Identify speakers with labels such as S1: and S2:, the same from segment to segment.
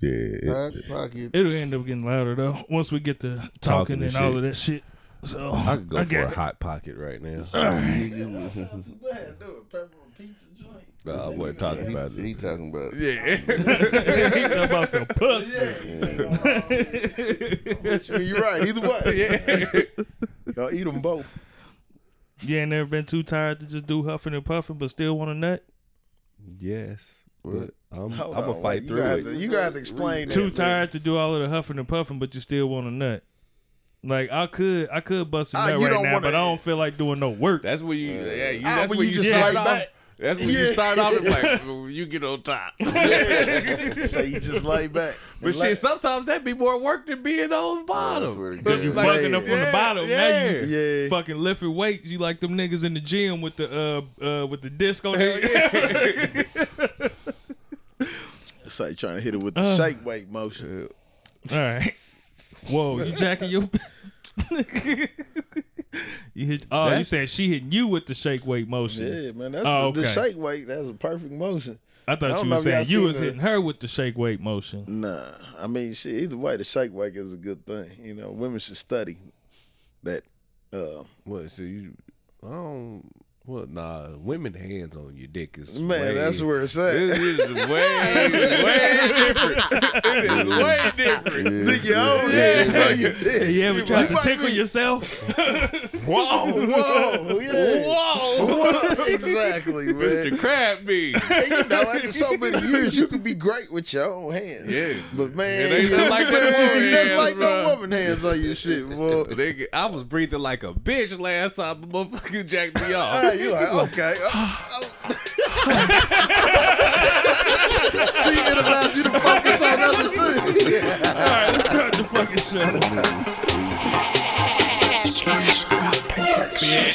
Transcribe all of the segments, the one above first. S1: Yeah, it-
S2: Back pocket.
S3: It'll end up getting louder though once we get to talking,
S1: Talking
S3: and
S1: and
S3: all
S1: shit.
S3: of that shit. So
S1: I could go for
S3: got
S1: a hot pocket right now.
S2: Nigga,
S4: That's not too bad. Do a pepper pizza joint.
S1: Nah, I wasn't talking about
S2: he, he
S1: it.
S2: talking about
S3: it. about some pussy.
S2: Yeah, You're right. Either way.
S1: Y'all eat them both.
S3: You ain't never been too tired to just do huffing and puffing, but still want a nut.
S1: Yes, but I'm, I'm
S2: Hold
S1: gonna
S2: on,
S1: fight
S2: you
S1: through
S2: gotta-
S1: it.
S2: You gotta have to explain
S3: too
S2: that,
S3: tired to do all of the huffing and puffing, but you still want a nut. Like I could, I could bust a
S2: Ah,
S3: nut
S2: you
S3: right
S2: don't
S3: now,
S2: wanna-
S3: but I don't feel like doing no work.
S4: That's when you, yeah, you,
S2: Ah,
S4: that's
S2: when
S4: when,
S2: you
S4: you,
S2: just
S4: start
S2: slide
S4: off.
S2: back.
S4: That's when you
S2: Yeah.
S4: start off and like well, you get on top.
S2: man. so you just lay back.
S4: But shit, sometimes that be more work than being on
S2: I swear
S4: bottom.
S2: to God.
S3: you
S2: Like,
S3: fucking up on the
S4: yeah,
S3: bottom. Now you
S2: Yeah.
S3: fucking lifting weights. You like them niggas in the gym with the uh uh with the disc on there.
S2: It's like trying to hit it with the
S3: Uh.
S2: shake weight motion.
S3: All right. Whoa, you jacking your. you hit. Oh, you
S1: That's-
S3: saying she hitting you with the shake weight motion?
S2: Yeah, man. That's
S3: Oh,
S2: the, the
S3: okay.
S2: shake weight. That's a perfect motion.
S3: I
S2: I
S3: thought
S2: don't
S3: you
S2: know
S3: were
S2: if y'all
S3: saying you
S2: seen
S3: was
S2: the-
S3: hitting her with the shake weight motion.
S2: Nah, I mean, shit. Either way, the shake weight is a good thing. You know, women should study that. Uh,
S1: What? So you? I don't. Well, nah. Women hands on your dick is
S2: man,
S1: way-
S2: that's where it's at.
S4: This is way, way different. It is way different.
S2: Think your own hands on your dick.
S3: You ever tried to
S2: might
S3: tickle
S2: be-
S3: yourself?
S4: Whoa,
S2: Whoa, yeah.
S4: whoa,
S2: exactly, man.
S4: Mr. Crabby.
S2: And you know, after so many years, you could be great with your own hands.
S4: Yeah.
S2: But
S4: It
S2: man,
S4: ain't nothing like them
S2: man,
S4: woman
S2: nothing
S4: hands,
S2: like no
S4: bruh.
S2: woman hands on your shit, boy.
S4: Nigga, I was breathing like a bitch last time, but motherfucker jacked me
S2: All
S4: off.
S2: right, you like okay? oh, oh. See, it allows you to focus on other things.
S3: All right, let's start the fucking show.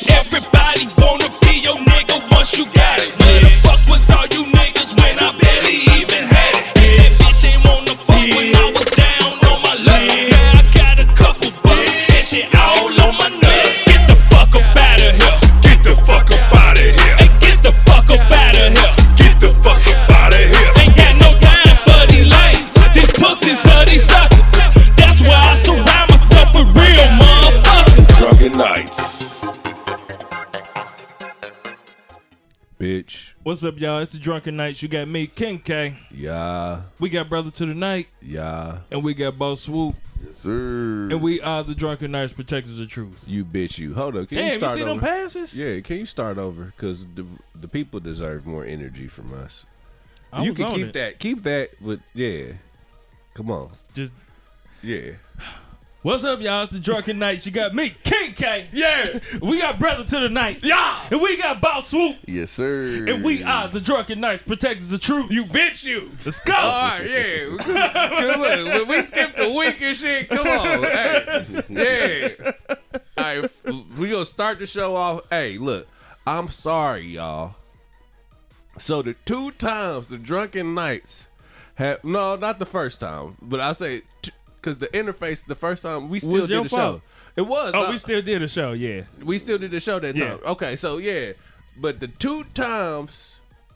S5: Everybody wanna be your nigga once you got it. Where the fuck was all you niggas when I barely even had it? Yeah, that bitch ain't wanna fuck when I was down on my luck. Now I got a couple bucks and shit all on my nuts. Get the fuck up out of here.
S6: Get the fuck up out of here.
S5: Hey, get the fuck up out of here.
S6: Get the fuck up out of here.
S5: Ain't got no time for these lames. These pussies are these suckers. That's why I surround myself with real motherfuckers.
S6: Drunken nights.
S1: bitch.
S3: What's up, y'all? It's the Drunken Nights. You got me, King K.
S1: Yeah,
S3: We got Brother to the Night,
S1: yeah.
S3: and we got Boss Swoop,
S2: Sir.
S3: and we are the Drunken Nights Protectors of Truth.
S1: You bitch. You hold up. Can you
S3: Damn, you,
S1: start
S3: see them
S1: over?
S3: passes?
S1: yeah, can you start over? Because the the people deserve more energy from us.
S3: I
S1: you
S3: was
S1: can
S3: on
S1: keep
S3: it.
S1: that. Keep that. But yeah, come on.
S3: Just
S1: Yeah.
S3: what's up, y'all? It's the Drunken Nights. You got me, King K. Yeah, we got Brother to the Night. Yeah, and we got Boss Swoop,
S2: Yes, sir.
S3: and we
S4: uh,
S3: are the Drunken Nights Protectors of Truth. You bitch, you. Let's go.
S4: All right, yeah. 'Cause Look, when we skipped a week and shit, come on. Hey, yeah. All right, f- we gonna start the show off. Hey, look, I'm sorry, y'all. So the two times the drunken nights have no, not the first time, but I say because the interface the first time we still
S3: Was your
S4: did the
S3: fault.
S4: show. It was.
S3: Oh,
S4: uh,
S3: we still did a show. Yeah,
S4: we still did the show that
S3: Yeah.
S4: time. Okay, so yeah, but the two times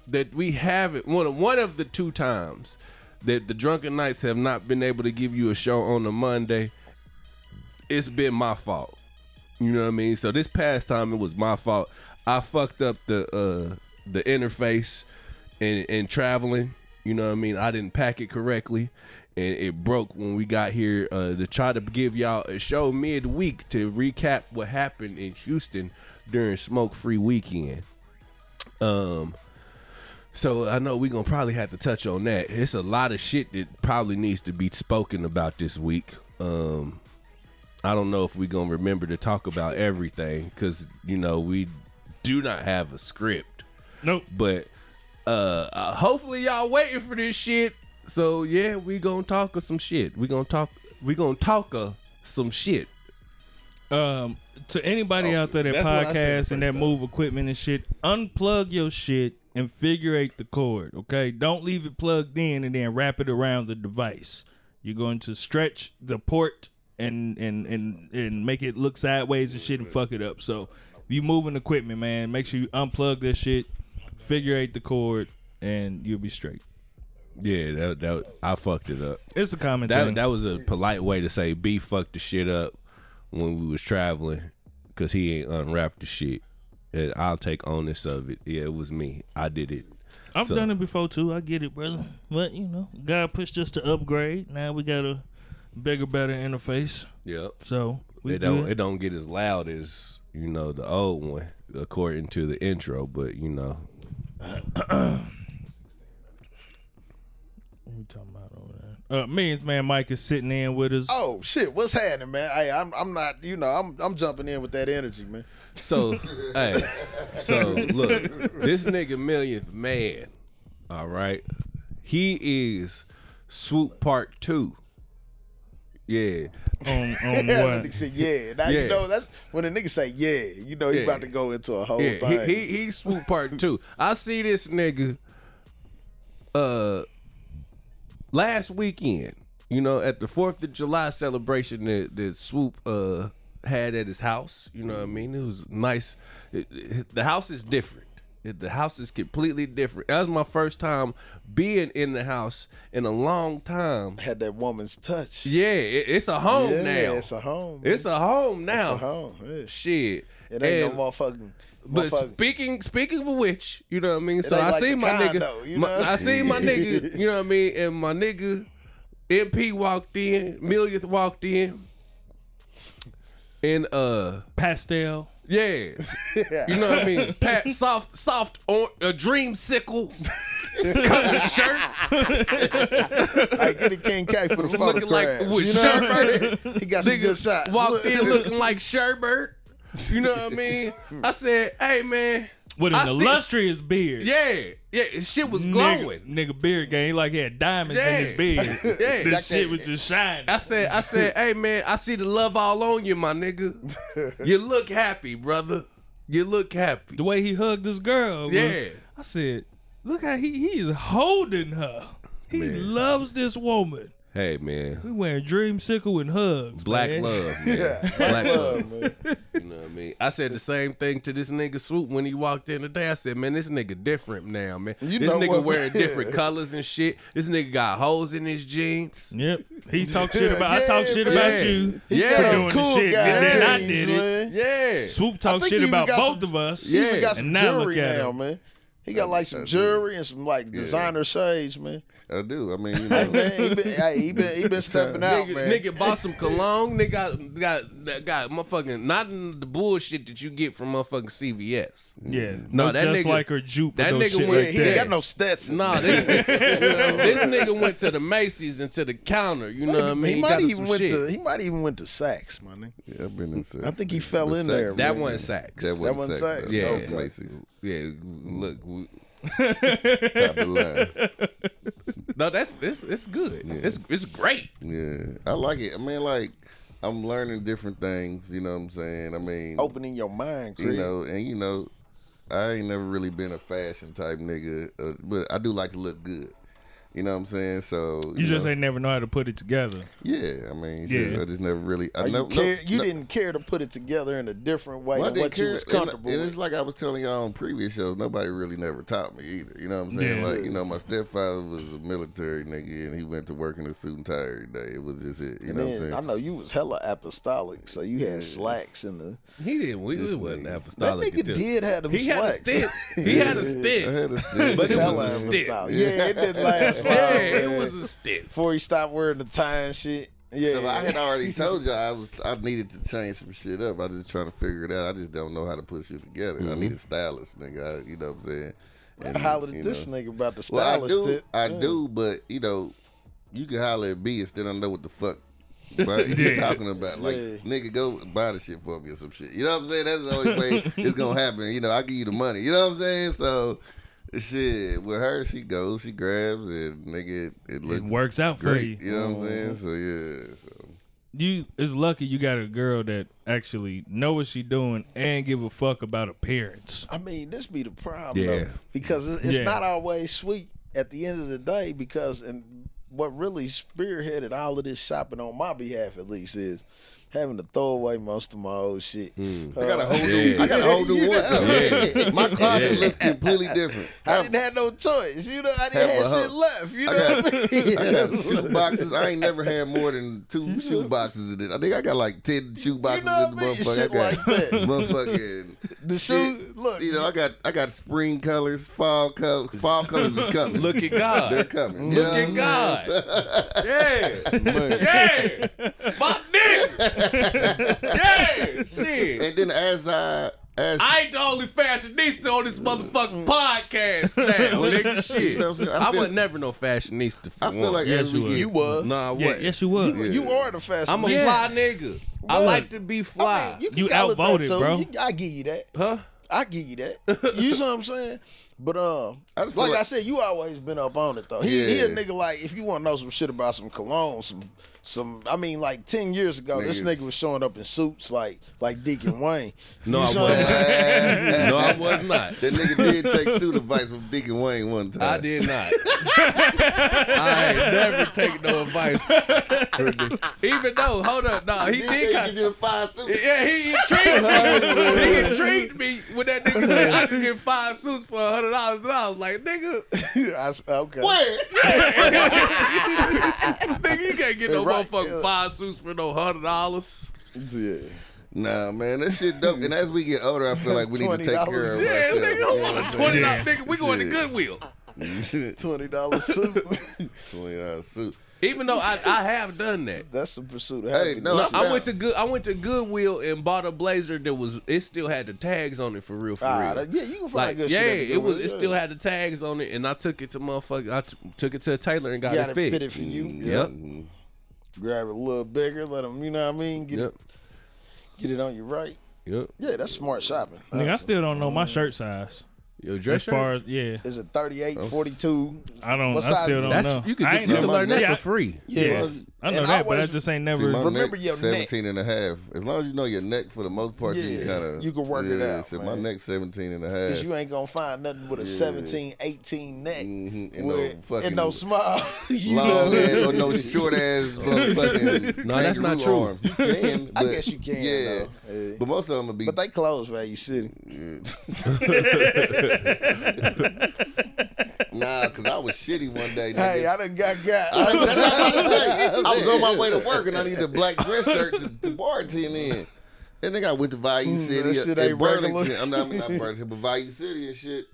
S4: that we haven't one of one of the two times that the drunken knights have not been able to give you a show on a Monday, it's been my fault. You know what I mean? So this past time it was my fault. I fucked up the uh the interface and and traveling. You know what I mean? I didn't pack it correctly. And it broke when we got here uh, to try to give y'all a show midweek to recap what happened in Houston during smoke free weekend. Um so I know we're gonna probably have to touch on that. It's a lot of shit that probably needs to be spoken about this week. Um I don't know if we're gonna remember to talk about everything because you know we do not have a script,
S3: nope.
S4: but uh, uh hopefully y'all waiting for this shit. So yeah, we gonna talk of some shit. We gonna talk. We gonna talk of some shit.
S3: um, to anybody out there that
S4: Oh, that's what I said
S3: podcasts and
S4: first, though.
S3: that move equipment and shit, unplug your shit and figure eight the cord, okay? Don't leave it plugged in and then wrap it around the device. You're going to stretch the port and and and and make it look sideways and shit and fuck it up. So if you moving equipment, man, make sure you unplug this shit, figure eight the cord, and you'll be straight.
S4: Yeah, that, that I fucked it up.
S3: It's a common
S4: That
S3: thing.
S4: that was a polite way to say B fucked the shit up when we was traveling because he ain't unwrapped the shit. And I'll take onus of it. Yeah, it was me. I did it.
S3: I've
S4: so-
S3: done it before too. I get it, brother. But you know, God pushed us to upgrade. Now we got a bigger, better interface.
S4: Yep.
S3: So we
S4: It don't
S3: good.
S4: it don't get as loud as you know the old one according to the intro, but you know
S3: What we talking about over there? Uh, Millions Man Mike is sitting in with us.
S2: Oh shit, what's happening, man? Hey, I'm I'm not, you know, I'm I'm jumping in with that energy, man.
S4: So, hey, so look, this nigga millionth man, all right, he is swoop part two. Yeah,
S3: On, on
S2: Yeah, the
S3: what?
S2: nigga said, yeah. Now
S4: Yeah.
S2: you know that's when the nigga say yeah, you know he
S4: Yeah.
S2: about to go into a whole
S4: yeah, he,
S2: thing.
S4: he he swoop part two. I see this nigga, uh, last weekend, you know, at the Fourth of July celebration that, that swoop uh had at his house. You know what I mean? It was nice. It- it- the house is different. It- The house is completely different. That was my first time being in the house in a long time.
S2: Had that woman's touch.
S4: Yeah, it- it's a home
S2: Yeah,
S4: now.
S2: It's a home.
S4: It's a home
S2: It's
S4: now.
S2: a home. yeah.
S4: Shit.
S2: It ain't
S4: And-
S2: no motherfucking.
S4: but
S2: motherfucking-
S4: speaking speaking of which, you know what I mean. So
S2: ain't
S4: I
S2: like
S4: seen
S2: the
S4: my nigga,
S2: condo, you
S4: my-
S2: know?
S4: I seen my nigga, you know what I mean. And my nigga, MP walked in, Millionth walked in, and uh,
S3: Pastel.
S4: yeah, you know what I mean. Pat soft soft or, a dream sickle colored shirt,
S2: hey, get a King K for the
S4: looking
S2: photographs.
S4: like with
S2: you know what I mean?
S4: Sherbert.
S2: He got some good
S4: Nigga
S2: shots.
S4: walked
S2: Look.
S4: in looking like Sherbert. You know what I mean? I said, "Hey man,
S3: With an
S4: I see-
S3: illustrious beard.
S4: yeah, yeah, shit was glowing."
S3: Nigga, nigga beard game. He like he had diamonds
S4: Yeah.
S3: in his beard.
S4: Yeah.
S3: This shit was just shining.
S4: I said, I said, hey man, I see the love all on you, my nigga. You look happy, brother. You look happy.
S3: the way he hugged this girl. Was,
S4: Yeah.
S3: I said, look how he he is holding her. He
S4: Man.
S3: loves this woman.
S4: Hey
S3: We
S4: man,
S3: wearing dream sickle and hugs.
S4: black
S3: man.
S4: love, man. Black, love.
S2: Love, man.
S4: You know what I mean? I said the same thing to this nigga Swoop when he walked in today. I said, man, this nigga different now, man.
S2: You
S4: this
S2: know
S4: nigga
S2: what,
S4: wearing
S2: man?
S4: different colors and shit. This nigga got holes in his jeans.
S3: Yep. He talked shit about I
S2: Yeah,
S3: talked shit
S4: yeah.
S3: about you
S4: He
S3: for
S4: got
S2: a
S3: doing
S2: cool
S3: the shit.
S2: guy
S3: and then I
S2: jeans,
S3: did it.
S2: man.
S4: Yeah.
S3: Swoop
S2: I
S3: talked
S2: think
S3: shit
S2: he even
S3: about
S2: got
S3: both
S2: some-
S3: of us.
S2: He even
S4: Yeah.
S2: got some
S3: And now look
S2: jewelry
S3: at
S2: now,
S3: him.
S2: man. He got like some jewelry and some like designer shades, man.
S7: I do. I mean, you
S2: Hey,
S7: know,
S2: man, he been, hey, he been, he been stepping out,
S4: Nigga,
S2: man.
S4: nigga bought some cologne. Nigga got got that got motherfucking not in the bullshit that you get from motherfucking CVS.
S3: Yeah.
S4: No,
S3: No,
S4: that
S3: just
S4: nigga-
S3: like her jupe.
S4: that nigga
S3: That nigga shit
S2: yeah,
S4: went-
S3: like
S2: he
S3: that.
S2: ain't got no stats.
S4: Nah, this, this nigga went to the Macy's and to the counter. You know what I mean?
S2: He
S4: got
S2: might
S4: him
S2: even
S4: some
S2: went
S4: shit.
S2: to he might even went to Saks, my nigga.
S7: yeah, I've been in sex.
S2: I think he fell in there, man.
S4: that one sacks.
S7: That
S2: one
S7: wasn't
S2: sex.
S7: sex. though.
S4: Yeah.
S7: That was Macy's.
S4: Yeah, look. We,
S7: Top of the line.
S4: no, that's it's it's good. It's it's great.
S7: Yeah. I like it. I mean, like, I'm learning different things. You know what I'm saying? I mean,
S2: Opening your mind, Chris.
S7: you know, and you know, I ain't never really been a fashion type nigga, uh, but I do like to look good. You know what I'm saying? So
S3: You just
S7: know,
S3: ain't never know how to put it together.
S7: yeah. I mean, shit,
S3: Yeah.
S7: I just never really. I
S2: Or you
S7: never,
S2: care, you didn't care to put it together in a different way
S7: Well, I
S2: than
S7: didn't
S2: what you
S7: care,
S2: was
S7: and-
S2: comfortable
S7: and,
S2: with.
S7: it's like I was telling y'all on previous shows, nobody really never taught me either. You know what I'm saying?
S3: Yeah.
S7: Like, you know, my stepfather was a military nigga and he went to work in a suit and tie every day. It was just it.
S2: and
S7: You know what I'm
S2: then
S7: saying?
S2: I know you was hella apostolic, so you had slacks in the.
S4: He didn't. We
S7: This
S4: it wasn't
S7: nigga.
S2: That
S4: apostolic.
S2: nigga
S4: until-
S2: did have them
S4: He had a
S2: slacks.
S4: stick. He had a stick.
S7: I had a stick.
S4: But it
S2: Hella
S4: was a stick.
S2: apostolic. Yeah, it didn't last long.
S4: Yeah,
S2: man.
S4: it was a stick.
S2: before he stopped wearing the tie and shit. Yeah,
S7: So I had already told y'all I was I needed to change some shit up. I just trying to figure it out. I just don't know how to put shit together.
S2: Mm-hmm.
S7: I need a stylist, nigga. I, you know what I'm saying? And,
S2: hollered
S7: you
S2: at this
S7: know.
S2: nigga about the
S7: Well, I
S2: stylist
S7: do,
S2: tip.
S7: I do, but you know, you can holler at me and still don't know what the fuck right, you're talking about. Like,
S2: Yeah.
S7: nigga, go buy the shit for me or some shit. You know what I'm saying? That's the only way it's gonna happen. You know, I give you the money. You know what I'm saying? So, shit, with her, she goes, she grabs, and nigga, it, it
S3: It
S7: looks
S3: works out for you.
S7: great. You know what I'm saying? So yeah, so.
S3: you it's lucky you got a girl that actually know what she doing and give a fuck about appearance.
S2: I mean, this be the problem, though,
S4: Yeah.
S2: because it- it's
S3: Yeah.
S2: not always sweet at the end of the day. Because and what really spearheaded all of this shopping on my behalf, at least, is having to throw away most of my old shit.
S4: Hmm.
S2: Uh,
S7: I got a whole new, I got a whole new wardrobe. My closet looks completely different.
S2: I didn't have no choice, you know. I
S7: Have
S2: didn't
S7: a
S2: have,
S7: hoe.
S2: shit left, you know.
S7: got-
S2: what I mean?
S7: I got shoe boxes. I ain't never had more than two shoe boxes in it. I think I got like ten shoe boxes
S2: You know
S7: in the
S2: what I mean?
S7: motherfucker.
S2: Shit
S7: I got
S2: like that.
S7: motherfucking
S2: The shoes, look,
S7: You know, I got I got spring colors, fall colors. Fall colors is coming.
S4: Look at
S7: they're
S4: God.
S7: coming.
S4: Look at God. Yeah. Yeah. My nigga. Yeah. Shit.
S7: And then as I as
S4: I ain't the only fashionista on this motherfucking podcast now, nigga. Shit.
S7: You know what I'm saying? I
S4: I
S7: feel-
S4: was never no fashionista. For
S7: I feel
S4: one.
S7: like
S3: Yes,
S7: as we
S3: you
S7: get
S3: was.
S2: you was.
S4: nah, what?
S3: Yeah, yes, you was.
S2: You are the fashion.
S4: I'm a
S3: Yeah.
S4: fly nigga. I
S2: Word.
S4: like to be fly.
S2: I mean, can
S3: You
S2: call it that,
S3: outvoted,
S2: too.
S3: bro.
S2: You, I give you that.
S4: huh?
S2: I give you that. You see what I'm saying? But um,
S7: I
S2: like,
S7: just feel like-
S2: I said, you always been up on it though. He, he a
S7: Yeah.
S2: nigga like if you want to know some shit about some cologne, some some. I mean, like ten years ago, this
S7: Nigga.
S2: nigga was showing up in suits like like Deacon Wayne.
S4: No,
S2: You
S4: I
S2: see what I'm
S4: wasn't.
S2: saying?
S4: No, I was not.
S7: that nigga did take suit advice from Deacon Wayne one time.
S4: I did not. I ain't never taken no advice. Even though, hold up, no, he
S7: He
S4: did.
S7: did
S4: Kind
S7: take you to five suits.
S4: yeah, he intrigued me. he intrigued me when that nigga said I could get five suits for a hundred dollars, and I was like, nigga,
S2: I s- okay.
S4: nigga, you can't get no
S2: Right,
S4: motherfucking
S2: yeah.
S4: five suits for no hundred dollars.
S2: Yeah.
S7: Nah, man, that shit dope. And as we get older, I feel like we need to take care of
S2: $20.
S7: ourselves.
S4: Yeah,
S7: You
S4: nigga,
S7: know
S4: I
S7: what
S4: want a
S7: I'm
S4: twenty
S7: saying?
S4: dollars, nigga. We going to
S7: Yeah.
S4: Goodwill.
S2: Twenty dollars suit.
S7: Twenty dollar suit.
S4: Even though I, I have done that.
S2: That's the pursuit of
S7: Hey,
S2: happiness.
S7: no,
S4: No, I
S7: Yeah.
S4: went to good. I went to Goodwill and bought a blazer that was. It still had the tags on it for real, for
S2: Ah,
S4: real.
S2: that- yeah, you can find
S4: like
S2: good
S4: yeah,
S2: shit. at the
S4: it was.
S2: Goodwill,
S4: It
S2: yeah.
S4: still had the tags on it, and I took it to motherfucker. I t- took it to a tailor and got
S2: Got
S4: it fitted.
S2: for you.
S7: Mm, Mm-hmm.
S4: Yep.
S2: Grab it a little bigger. Let them. You know what I mean? Get
S4: Yep.
S2: it, get it on you right.
S4: Yep.
S2: Yeah, that's smart shopping.
S3: Nigga, I still don't know my shirt size.
S4: Your dress
S3: As
S4: shirt.
S3: far as yeah,
S2: Is it 38,
S7: Oh.
S2: 42?
S3: I don't. I
S2: What size-
S3: still don't
S4: That's
S3: know.
S4: you can,
S3: I
S4: do-
S3: ain't
S4: you
S3: never-
S4: can learn that
S3: yeah,
S4: for free.
S3: Yeah, I
S2: And
S3: know that, but I
S2: always-
S3: just ain't
S7: See,
S3: never.
S7: my
S2: Remember
S7: neck,
S2: your neck.
S7: 17 and a half. As long as you know your neck for the most part, you
S2: Yeah,
S7: kind of
S2: you can work it out,
S7: So my
S2: man.
S7: neck 17 and a half.
S2: Because you ain't going to find nothing with a seventeen, eighteen 17, 18 neck.
S7: Mhm, and
S2: with-
S7: no fucking
S2: and no small. you know
S7: long
S2: what I
S7: ass
S2: mean?
S7: or no short ass motherfucking
S4: No, that's not
S7: kangaroo
S4: true.
S7: Arms. You can,
S2: I
S7: but-
S2: guess you can,
S7: Yeah,
S2: though. Yeah.
S7: but most of them will be.
S2: But they closed Value City.
S7: nah, because I was shitty one day.
S2: Hey, I done
S7: nigga.
S2: got
S7: I,
S2: got.
S7: I was on my way to work and I needed a black dress shirt to, to bartend in. And then I went to Value City
S2: Mm,
S7: uh,
S2: that shit
S7: in
S2: ain't regular.
S7: Burlington. I'm not, I'm not Burlington, but Value City and shit.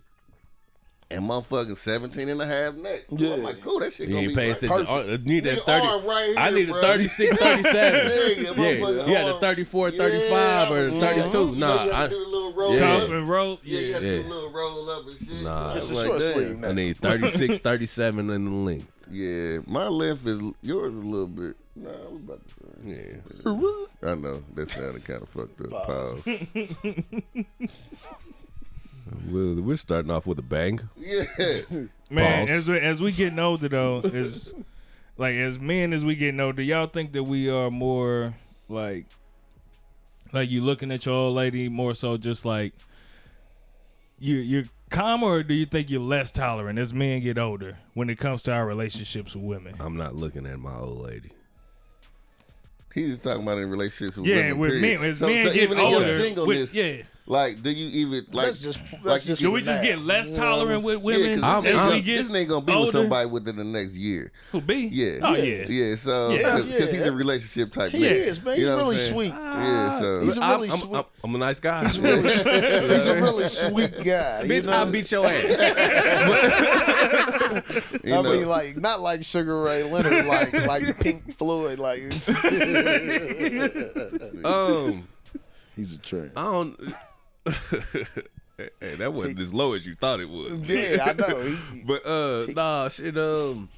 S7: And motherfucking 17 and a half neck. Yeah.
S2: Yeah.
S7: I'm like, cool, that shit
S4: You
S7: gonna
S4: ain't
S7: be
S4: paying
S7: right.
S4: attention. I need that
S7: Nigga,
S4: thirty.
S7: arm right
S4: I
S7: here,
S4: need
S7: bro.
S4: a 36, 37.
S7: Nigga,
S4: yeah,
S7: motherfucker,
S4: you had a
S7: arm.
S4: 34,
S7: Yeah,
S4: 35, or 32.
S7: mhm. You know,
S4: Nah,
S7: you have
S4: I,
S7: to do a little roll
S4: Yeah.
S7: up.
S3: Cough and roll.
S7: Yeah, you have to do
S4: Yeah.
S7: a little roll up and shit.
S4: Nah.
S2: It's
S7: It's
S2: a
S7: like
S2: short
S7: that.
S2: sleeve
S4: I
S2: now.
S4: need 36, 37 in the length.
S7: Yeah, my length is yours a little bit. Nah, I was about to say.
S4: Yeah.
S7: I know that sounded kind of fucked up. Pause.
S4: We're, we're starting off with a bang.
S7: yeah.
S3: Man,
S4: Boss.
S3: as we as we getting older though, is like as men as we getting older, y'all think that we are more like like you looking at your old lady more so just like you you're calmer or do you think you're less tolerant as men get older when it comes to our relationships with women?
S7: Uh,
S4: I'm not looking at my old lady.
S7: He's just talking about in relationships with
S3: Yeah,
S7: women.
S3: with
S7: period.
S3: men as
S7: so,
S3: men
S7: so
S3: get
S7: even in
S3: older.
S7: your singleness,
S3: with, yeah.
S7: like, do you even like?
S2: Let's just. Let's
S7: like,
S2: just
S3: Do we just get less tolerant with
S7: yeah,
S3: women
S7: 'cause
S4: I'm-
S3: as
S7: this
S4: I'm-
S3: we
S7: nigga,
S3: get
S7: this nigga gonna be
S3: older?
S7: with somebody within the next year.
S3: Who be?
S7: Yeah.
S3: Oh yeah.
S7: Yeah, so
S3: Yeah.
S7: because
S2: Yeah.
S7: he's a relationship type.
S2: He
S7: nigga.
S2: is, man. He's
S7: You know what I'm
S2: really
S7: saying?
S2: sweet.
S7: Yeah, so
S2: He's a
S4: I'm,
S2: really
S4: I'm-
S2: sweet.
S4: I'm- I'm a nice guy.
S2: really sweet- He's a really sweet guy. you
S4: Bitch,
S2: know?
S4: I'll beat your ass.
S7: you
S2: I
S7: know,
S2: mean, like not like Sugar Ray Leonard, like like Pink Floyd, like
S4: um,
S2: he's a trend.
S4: I don't. hey, that wasn't as low as you thought it was.
S2: Yeah, I know. He,
S4: But uh, nah, shit. Um,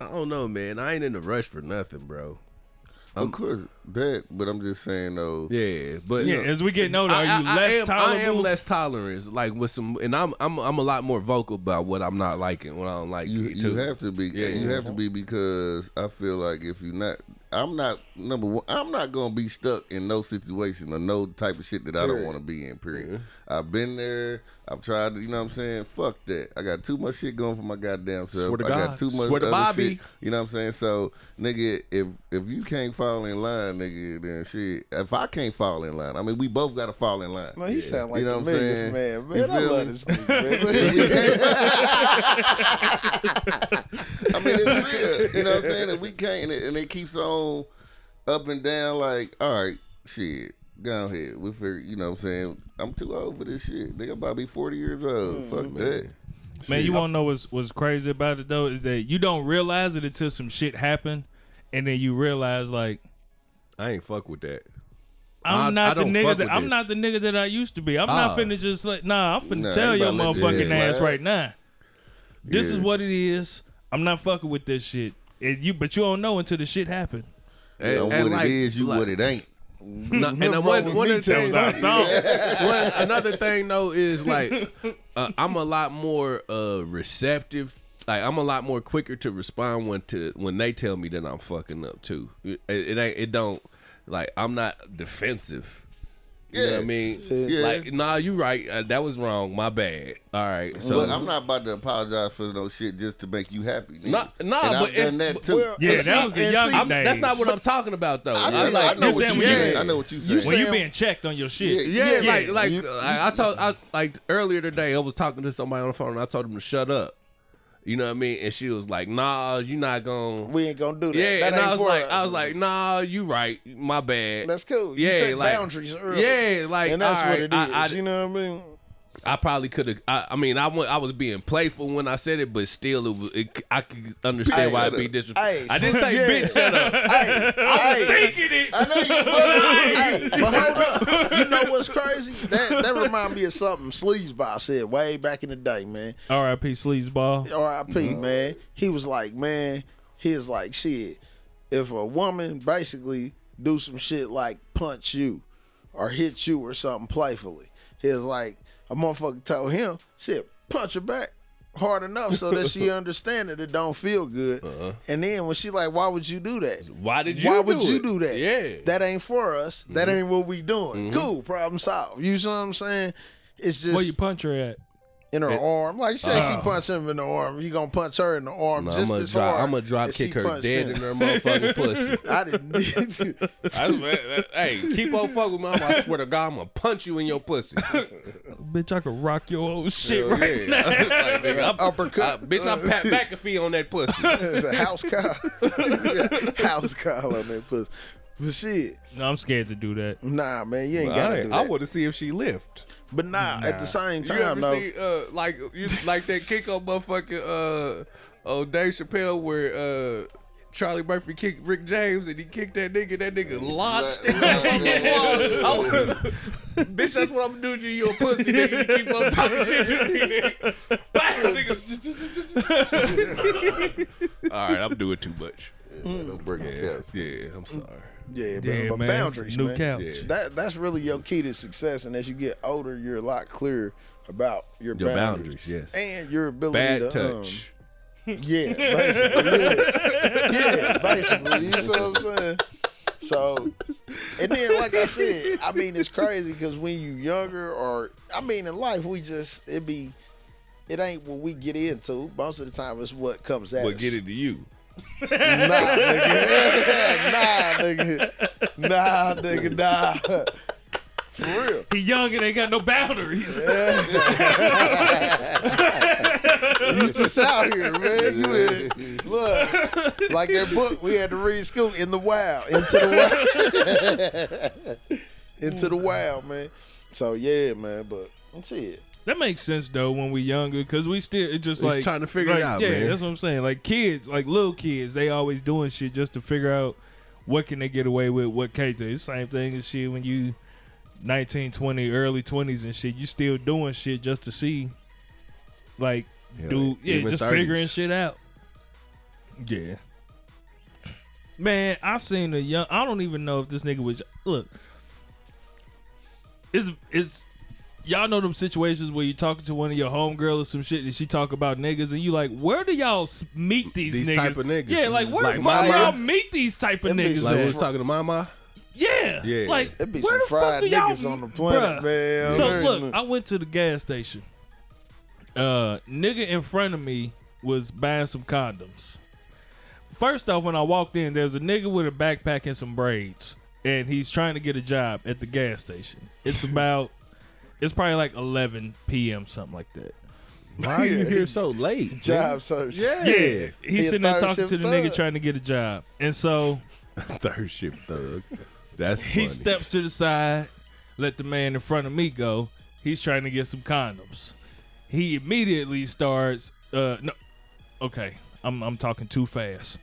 S4: I don't know, man. I ain't in a rush for nothing, bro.
S7: of course that, but I'm just saying though.
S4: Yeah, but
S3: Yeah, as we getting older, are you
S4: I, I- I
S3: less
S4: am, I
S3: tolerant?
S4: am less tolerant. Like with some, and I'm I'm I'm a lot more vocal about what I'm not liking, what I don't like.
S7: You, you
S4: too.
S7: have to be.
S4: Yeah.
S7: you have to be because I feel like if you're not, I'm not number one. I'm not gonna be stuck in no situation or no type of shit that I don't want to be in. Period. I've been there. I've tried. To, you know what I'm saying? Fuck that. I got too much shit going for my goddamn self.
S4: Swear to
S7: I
S4: God.
S7: got too much
S4: Swear to
S7: other
S4: Bobby.
S7: shit. You know what I'm saying? So, nigga, if if you can't fall in line, nigga, then shit. If I can't fall in line, I mean, we both gotta fall in line.
S2: Man, he sound like
S7: You know
S2: the
S7: what I'm saying?
S2: millionth man.
S7: You
S2: Man, I
S7: feel
S2: love
S7: me?
S2: this nigga, man.
S7: I mean, it's real. You know what I'm saying? And we can't, and it, and it keeps on up and down. Like, all right, shit, go ahead. We figure, you know what I'm saying? I'm too old for this shit. Nigga, I'm about to be 40 years old.
S2: Mm-hmm.
S7: Fuck that.
S3: Man, you want to know what's what's crazy about it though is that you don't realize it until some shit happen, and then you realize like
S4: I ain't fuck with that.
S3: I'm
S4: I-
S3: not
S4: I
S3: the
S4: don't
S3: nigga
S4: fuck
S3: that
S4: with
S3: I'm
S4: this.
S3: not the nigga that I used to be. I'm
S4: Ah.
S3: not finna just like nah. I'm finna
S7: Nah,
S3: tell
S7: you
S3: your
S7: about to let this
S3: motherfucking
S7: slide.
S3: ass right now. This is
S7: Yeah.
S3: what it is. I'm not fucking with this shit. And you, but you don't know until the shit happen.
S4: And,
S7: You know
S4: and
S7: what
S4: like-
S7: it is, you
S4: like-
S7: what it ain't.
S4: No, and uh,
S2: with
S4: one, one
S2: me
S4: of the things,
S2: telling
S4: one- another thing though is like uh, I'm a lot more uh, receptive. Like I'm a lot more quicker to respond when to when they tell me that I'm fucking up too. It, it ain't it don't like I'm not defensive. You know what I
S7: Yeah.
S4: mean?
S7: Yeah.
S4: Like nah, you right. Uh, that was wrong. My bad. All right. So
S7: but I'm not about to apologize for no shit just to make you happy. Nigga.
S4: Nah- nah,
S7: and
S4: but
S7: I've done
S4: if-
S7: that
S4: but
S7: too.
S2: Well,
S3: Yeah,
S2: and
S3: that
S2: see-
S3: was the
S2: and
S3: young
S2: see,
S3: days.
S4: that's not what I'm talking about though.
S2: I
S4: I
S2: see-
S4: like-
S7: I know
S3: you
S7: what
S3: saying
S7: you
S3: we-
S7: said.
S3: yeah.
S7: I know what you
S2: You
S7: said.
S2: said-
S3: When you
S2: Sam-
S3: being checked on your shit,
S7: Yeah.
S4: Yeah, like
S2: Yeah,
S4: like uh,
S2: you-
S4: I, I told I like earlier today I was talking to somebody on the phone and I told him to shut up. You know what I mean? And she was like, "Nah, you not going." to
S2: We ain't gonna do that.
S4: Yeah,
S2: that
S4: and
S2: ain't
S4: I was
S2: for
S4: like,
S2: us.
S4: I was like, "Nah, you right. My bad."
S2: that's cool. You
S4: Yeah,
S2: set
S4: like-
S2: boundaries early.
S4: Yeah, like
S2: and that's
S4: all
S2: what
S4: right,
S2: it is.
S4: I, I,
S2: you know what I mean?
S4: I probably could have. I, I mean, I went, I was being playful when I said it, but still, it, was- it I could understand
S2: Hey,
S4: why
S7: shut
S4: it'd be
S7: up.
S4: disrespectful.
S2: Hey,
S4: I didn't say
S2: yeah.
S4: bitch. Shut up.
S2: Hey, hey,
S7: I know you
S2: hey, but hold up. You know what's crazy? That that remind me of something Sleazeball said way back in the day, man.
S3: R.I.P. Sleazeball.
S2: RIP,
S4: Mm-hmm.
S2: man. He was like, man, he was like, shit. If a woman basically do some shit like punch you or hit you or something playfully, he was like, a motherfucker told him, shit, punch her back hard enough so that she understand that it don't feel good. And then when she like, why would you do that?
S4: Uh-huh. Why did you?
S2: Why would
S4: do
S2: you
S4: it?
S2: do that?
S4: Yeah. Mm-hmm.
S2: That ain't for us. That ain't what we doing. Cool, problem solved. You see what I'm saying? It's just
S3: Where you punch her at?
S2: in her arm. Like you said, she
S3: Oh.
S2: punched him in the arm. You gonna punch her in the arm
S4: Uh-huh. Nah,
S2: just
S4: I'm gonna
S2: as
S4: drop.
S2: hard.
S4: I'm gonna drop
S2: as she
S4: kick her
S2: punched
S4: dead
S2: him.
S4: in her motherfucking pussy.
S2: I didn't.
S4: That's what, hey, keep on fuck with mama. I swear to God, I'm gonna punch you in your pussy.
S3: Bitch, I could rock your old shit
S4: Hell
S3: right
S4: yeah. Like, nigga, I'm-
S2: Uppercut.
S4: I- bitch, I'm Pat McAfee on that pussy.
S2: it's a house call. house call on that pussy. But shit,
S3: now. No, I'm scared to do that.
S2: nah, man, you ain't gotta
S4: I,
S2: do that.
S4: want to see if she lift.
S2: but nah, at the same
S4: You
S2: time,
S4: ever
S2: though,
S4: see uh, like you, like that Kiko motherfucking uh, oh Dave Chappelle where uh, Charlie Murphy kicked Rick James and he kicked that nigga. That nigga launched him. I wanna- bitch, that's what I'm gonna do to you. You a pussy nigga. You keep on talking shit to me. nigga. Bam, nigga. All right, I'm doing too much.
S7: Don't break your chest.
S4: Yeah, I'm sorry.
S2: yeah,
S3: Yeah,
S2: man, but
S3: man.
S2: boundaries,
S3: New
S2: man.
S3: couch.
S4: Yeah.
S2: That that's really your key to success. And as you get older, you're a lot clearer about your,
S4: Your
S2: boundaries.
S4: boundaries, yes.
S2: and your ability to
S4: Bad
S2: um,
S4: touch.
S2: Yeah, basically. Yeah. yeah, basically. You see what I'm saying? So, and then, like I said, I mean, it's crazy because when you younger, or I mean, in life, we just it be, it ain't what we get into. Most of the time, it's what comes at
S4: But
S2: us.
S4: get it to you.
S2: Nah, nigga. nah, nigga. Nah, nigga. Nah. For real.
S3: He young and ain't got no boundaries.
S2: You just out here, man. You in, look like that book we had to read school in the wild, into the wild, into the wild, man. So yeah, man. But that's it.
S3: That makes sense though when we younger, cause we still it's just
S4: It's
S3: like
S4: trying to figure it
S3: like,
S4: out,
S3: Yeah,
S4: man.
S3: that's what I'm saying. Like kids, like little kids, they always doing shit just to figure out what can they get away with, what can't they. It's the same thing as shit when you 19, 20, early 20s and shit. You still doing shit just to see, like,
S4: Hell,
S3: do yeah,
S4: even
S3: just
S4: 30s.
S3: figuring shit out. Yeah. Man, I seen a young. I don't even know if this nigga was. Look, it's it's y'all know them situations where you talking to one of your homegirl or some shit, and she talk about niggas, and you like, where do y'all s- meet these,
S4: These
S3: niggas?
S4: type of niggas.
S3: Yeah, like where
S4: Like
S3: the
S2: my
S3: fuck y'all
S2: mom.
S3: meet these type of
S2: Them bitches
S3: niggas?
S4: Like
S3: at?
S4: we was talking to Mama.
S3: yeah,
S4: Yeah.
S3: like
S2: It be some
S3: where the fuck
S2: fried
S3: do y'all
S2: niggas on the planet,
S3: Bruh.
S2: man.
S3: So
S2: There
S3: look,
S2: ain't
S3: I went to the gas station. Uh, nigga in front of me was buying some condoms. First off, when I walked in, there's a nigga with a backpack and some braids, and he's trying to get a job at the gas station. It's about, it's probably like 11 p.m. something like that.
S4: Why are you here so late?
S2: job search.
S4: Yeah.
S3: Yeah,
S2: a
S3: he's sitting there
S2: third
S3: talking to
S2: shift
S3: the nigga
S2: thug.
S3: trying to get a job, and so
S4: Third shift thug. That's funny.
S3: he steps to the side, let the man in front of me go. He's trying to get some condoms. He immediately starts. Uh, no, okay, I'm I'm talking too fast.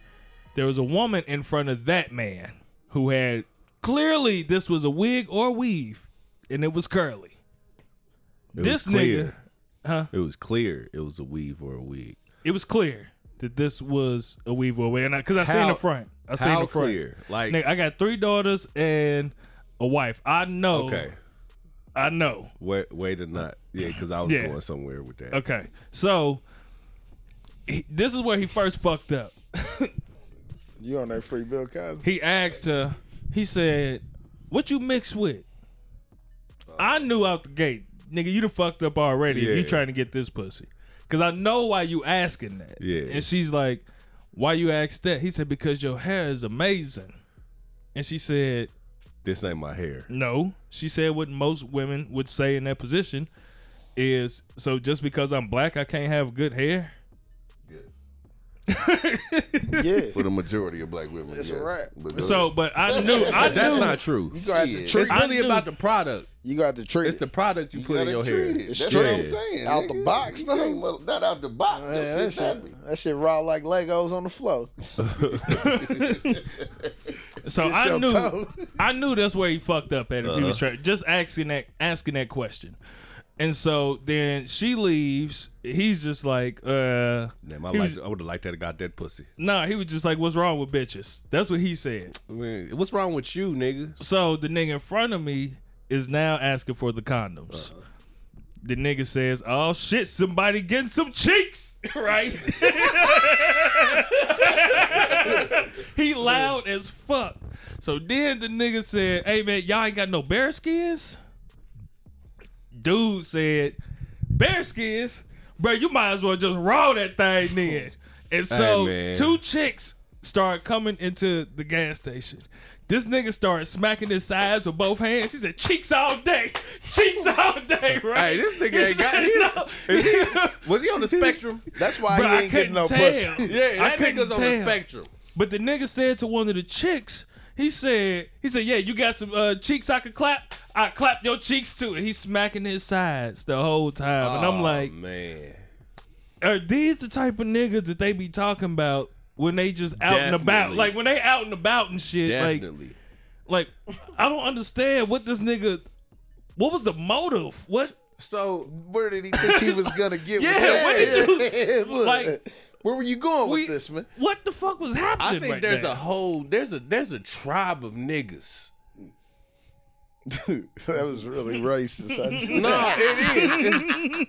S3: There was a woman in front of that man who had clearly this was a wig or weave, and it was curly.
S4: It was
S3: this
S4: clear.
S3: nigga, huh?
S4: It was clear. It was a weave or a wig.
S3: It was clear that this was a weave or a wig, and because I, seen
S4: How-
S3: the front, I seen
S4: How
S3: the front.
S4: clear? Like
S3: Nigga, I got three daughters and a wife. I know.
S4: okay.
S3: I know.
S4: Wait, wait or not? Yeah, because I was
S3: Yeah.
S4: going somewhere with that.
S3: Okay, so he, this is where he first fucked up.
S2: You on that free Bill Cosby?
S3: He asked her. He said, "What you mixed with?" I knew out the gate, nigga. You done fucked up already. If you
S4: Yeah.
S3: trying to get this pussy, because I know why you asking that.
S4: Yeah.
S3: And she's like, "Why you asked that?" He said, "Because your hair is amazing." And she said,
S4: This ain't my hair.
S3: No, she said what most women would say in that position is so just because I'm black, I can't have good hair.
S2: Yeah.
S7: for the majority of black women.
S2: That's
S7: yes.
S2: a wrap.
S7: But uh,
S3: So, but I knew, I
S4: That's
S3: knew,
S4: not true.
S2: You got to
S7: Shit.
S2: treat.
S4: It's really
S3: I knew-
S4: about the product.
S2: You got to treat.
S4: It's
S2: it.
S4: the product you,
S7: you
S4: put in
S7: gotta
S4: your hair.
S7: treat it. That's
S2: Yeah.
S7: what I'm saying.
S2: Out the
S7: nigga.
S2: box,
S7: You
S2: though?
S7: can't mother- Not out the box.
S2: Man, that,
S7: That shit happy.
S2: shit, that shit raw like Legos on the floor.
S3: so
S2: It's
S3: I
S2: your
S3: knew,
S2: toe. Uh-huh.
S3: I knew that's where he fucked up at if he was trying just asking that asking that question. And so then she leaves. He's just like, uh,
S4: Damn, I,
S3: He was-
S4: liked- I would have liked that. I got that pussy.
S3: nah. He was just like, "What's wrong with bitches?" That's what he said.
S4: I mean, what's wrong with you, nigga?
S3: So the nigga in front of me is now asking for the condoms. The nigga says, "Oh shit, somebody getting some cheeks, right?" he loud as fuck. So then the nigga said, "Hey man, y'all ain't got no bear skins." Dude said, "Bear skins, bro. You might as well just roll that thing then." And so
S4: man.
S3: two chicks start coming into the gas station. This nigga started smacking his sides with both hands. He said, "Cheeks all day, cheeks all day, right?"
S4: Hey, this nigga ain't got
S3: no.
S4: Was he on the spectrum?
S2: That's why
S3: Bro,
S2: he
S3: I
S2: ain't getting
S3: couldn't
S2: no
S3: tell.
S2: pussy.
S4: Yeah,
S3: I
S4: that
S3: couldn't
S4: nigga's on the
S3: tell.
S4: spectrum.
S3: But the nigga said to one of the chicks, he said, he said, yeah, you got some uh, cheeks I could clap. I clap your cheeks too. And he's smacking his sides the whole time. and
S4: Aw,
S3: I'm like,
S4: Oh, man,
S3: are these the type of niggas that they be talking about when they just out and about?
S4: Definitely.
S3: Like when they out and about and shit.
S4: definitely.
S3: Like, like I don't understand what this nigga. What was the motive? What?
S4: so
S2: Where did he think he was gonna get?
S3: Yeah,
S2: with that?
S3: what did
S2: Look,
S3: like-
S2: where were you going
S3: We-
S2: with this, man?
S3: What the fuck was happening?
S4: I think
S3: right
S4: there's
S3: now?
S4: a whole there's a there's a tribe of niggas.
S2: that was really racist. I just-
S4: No, it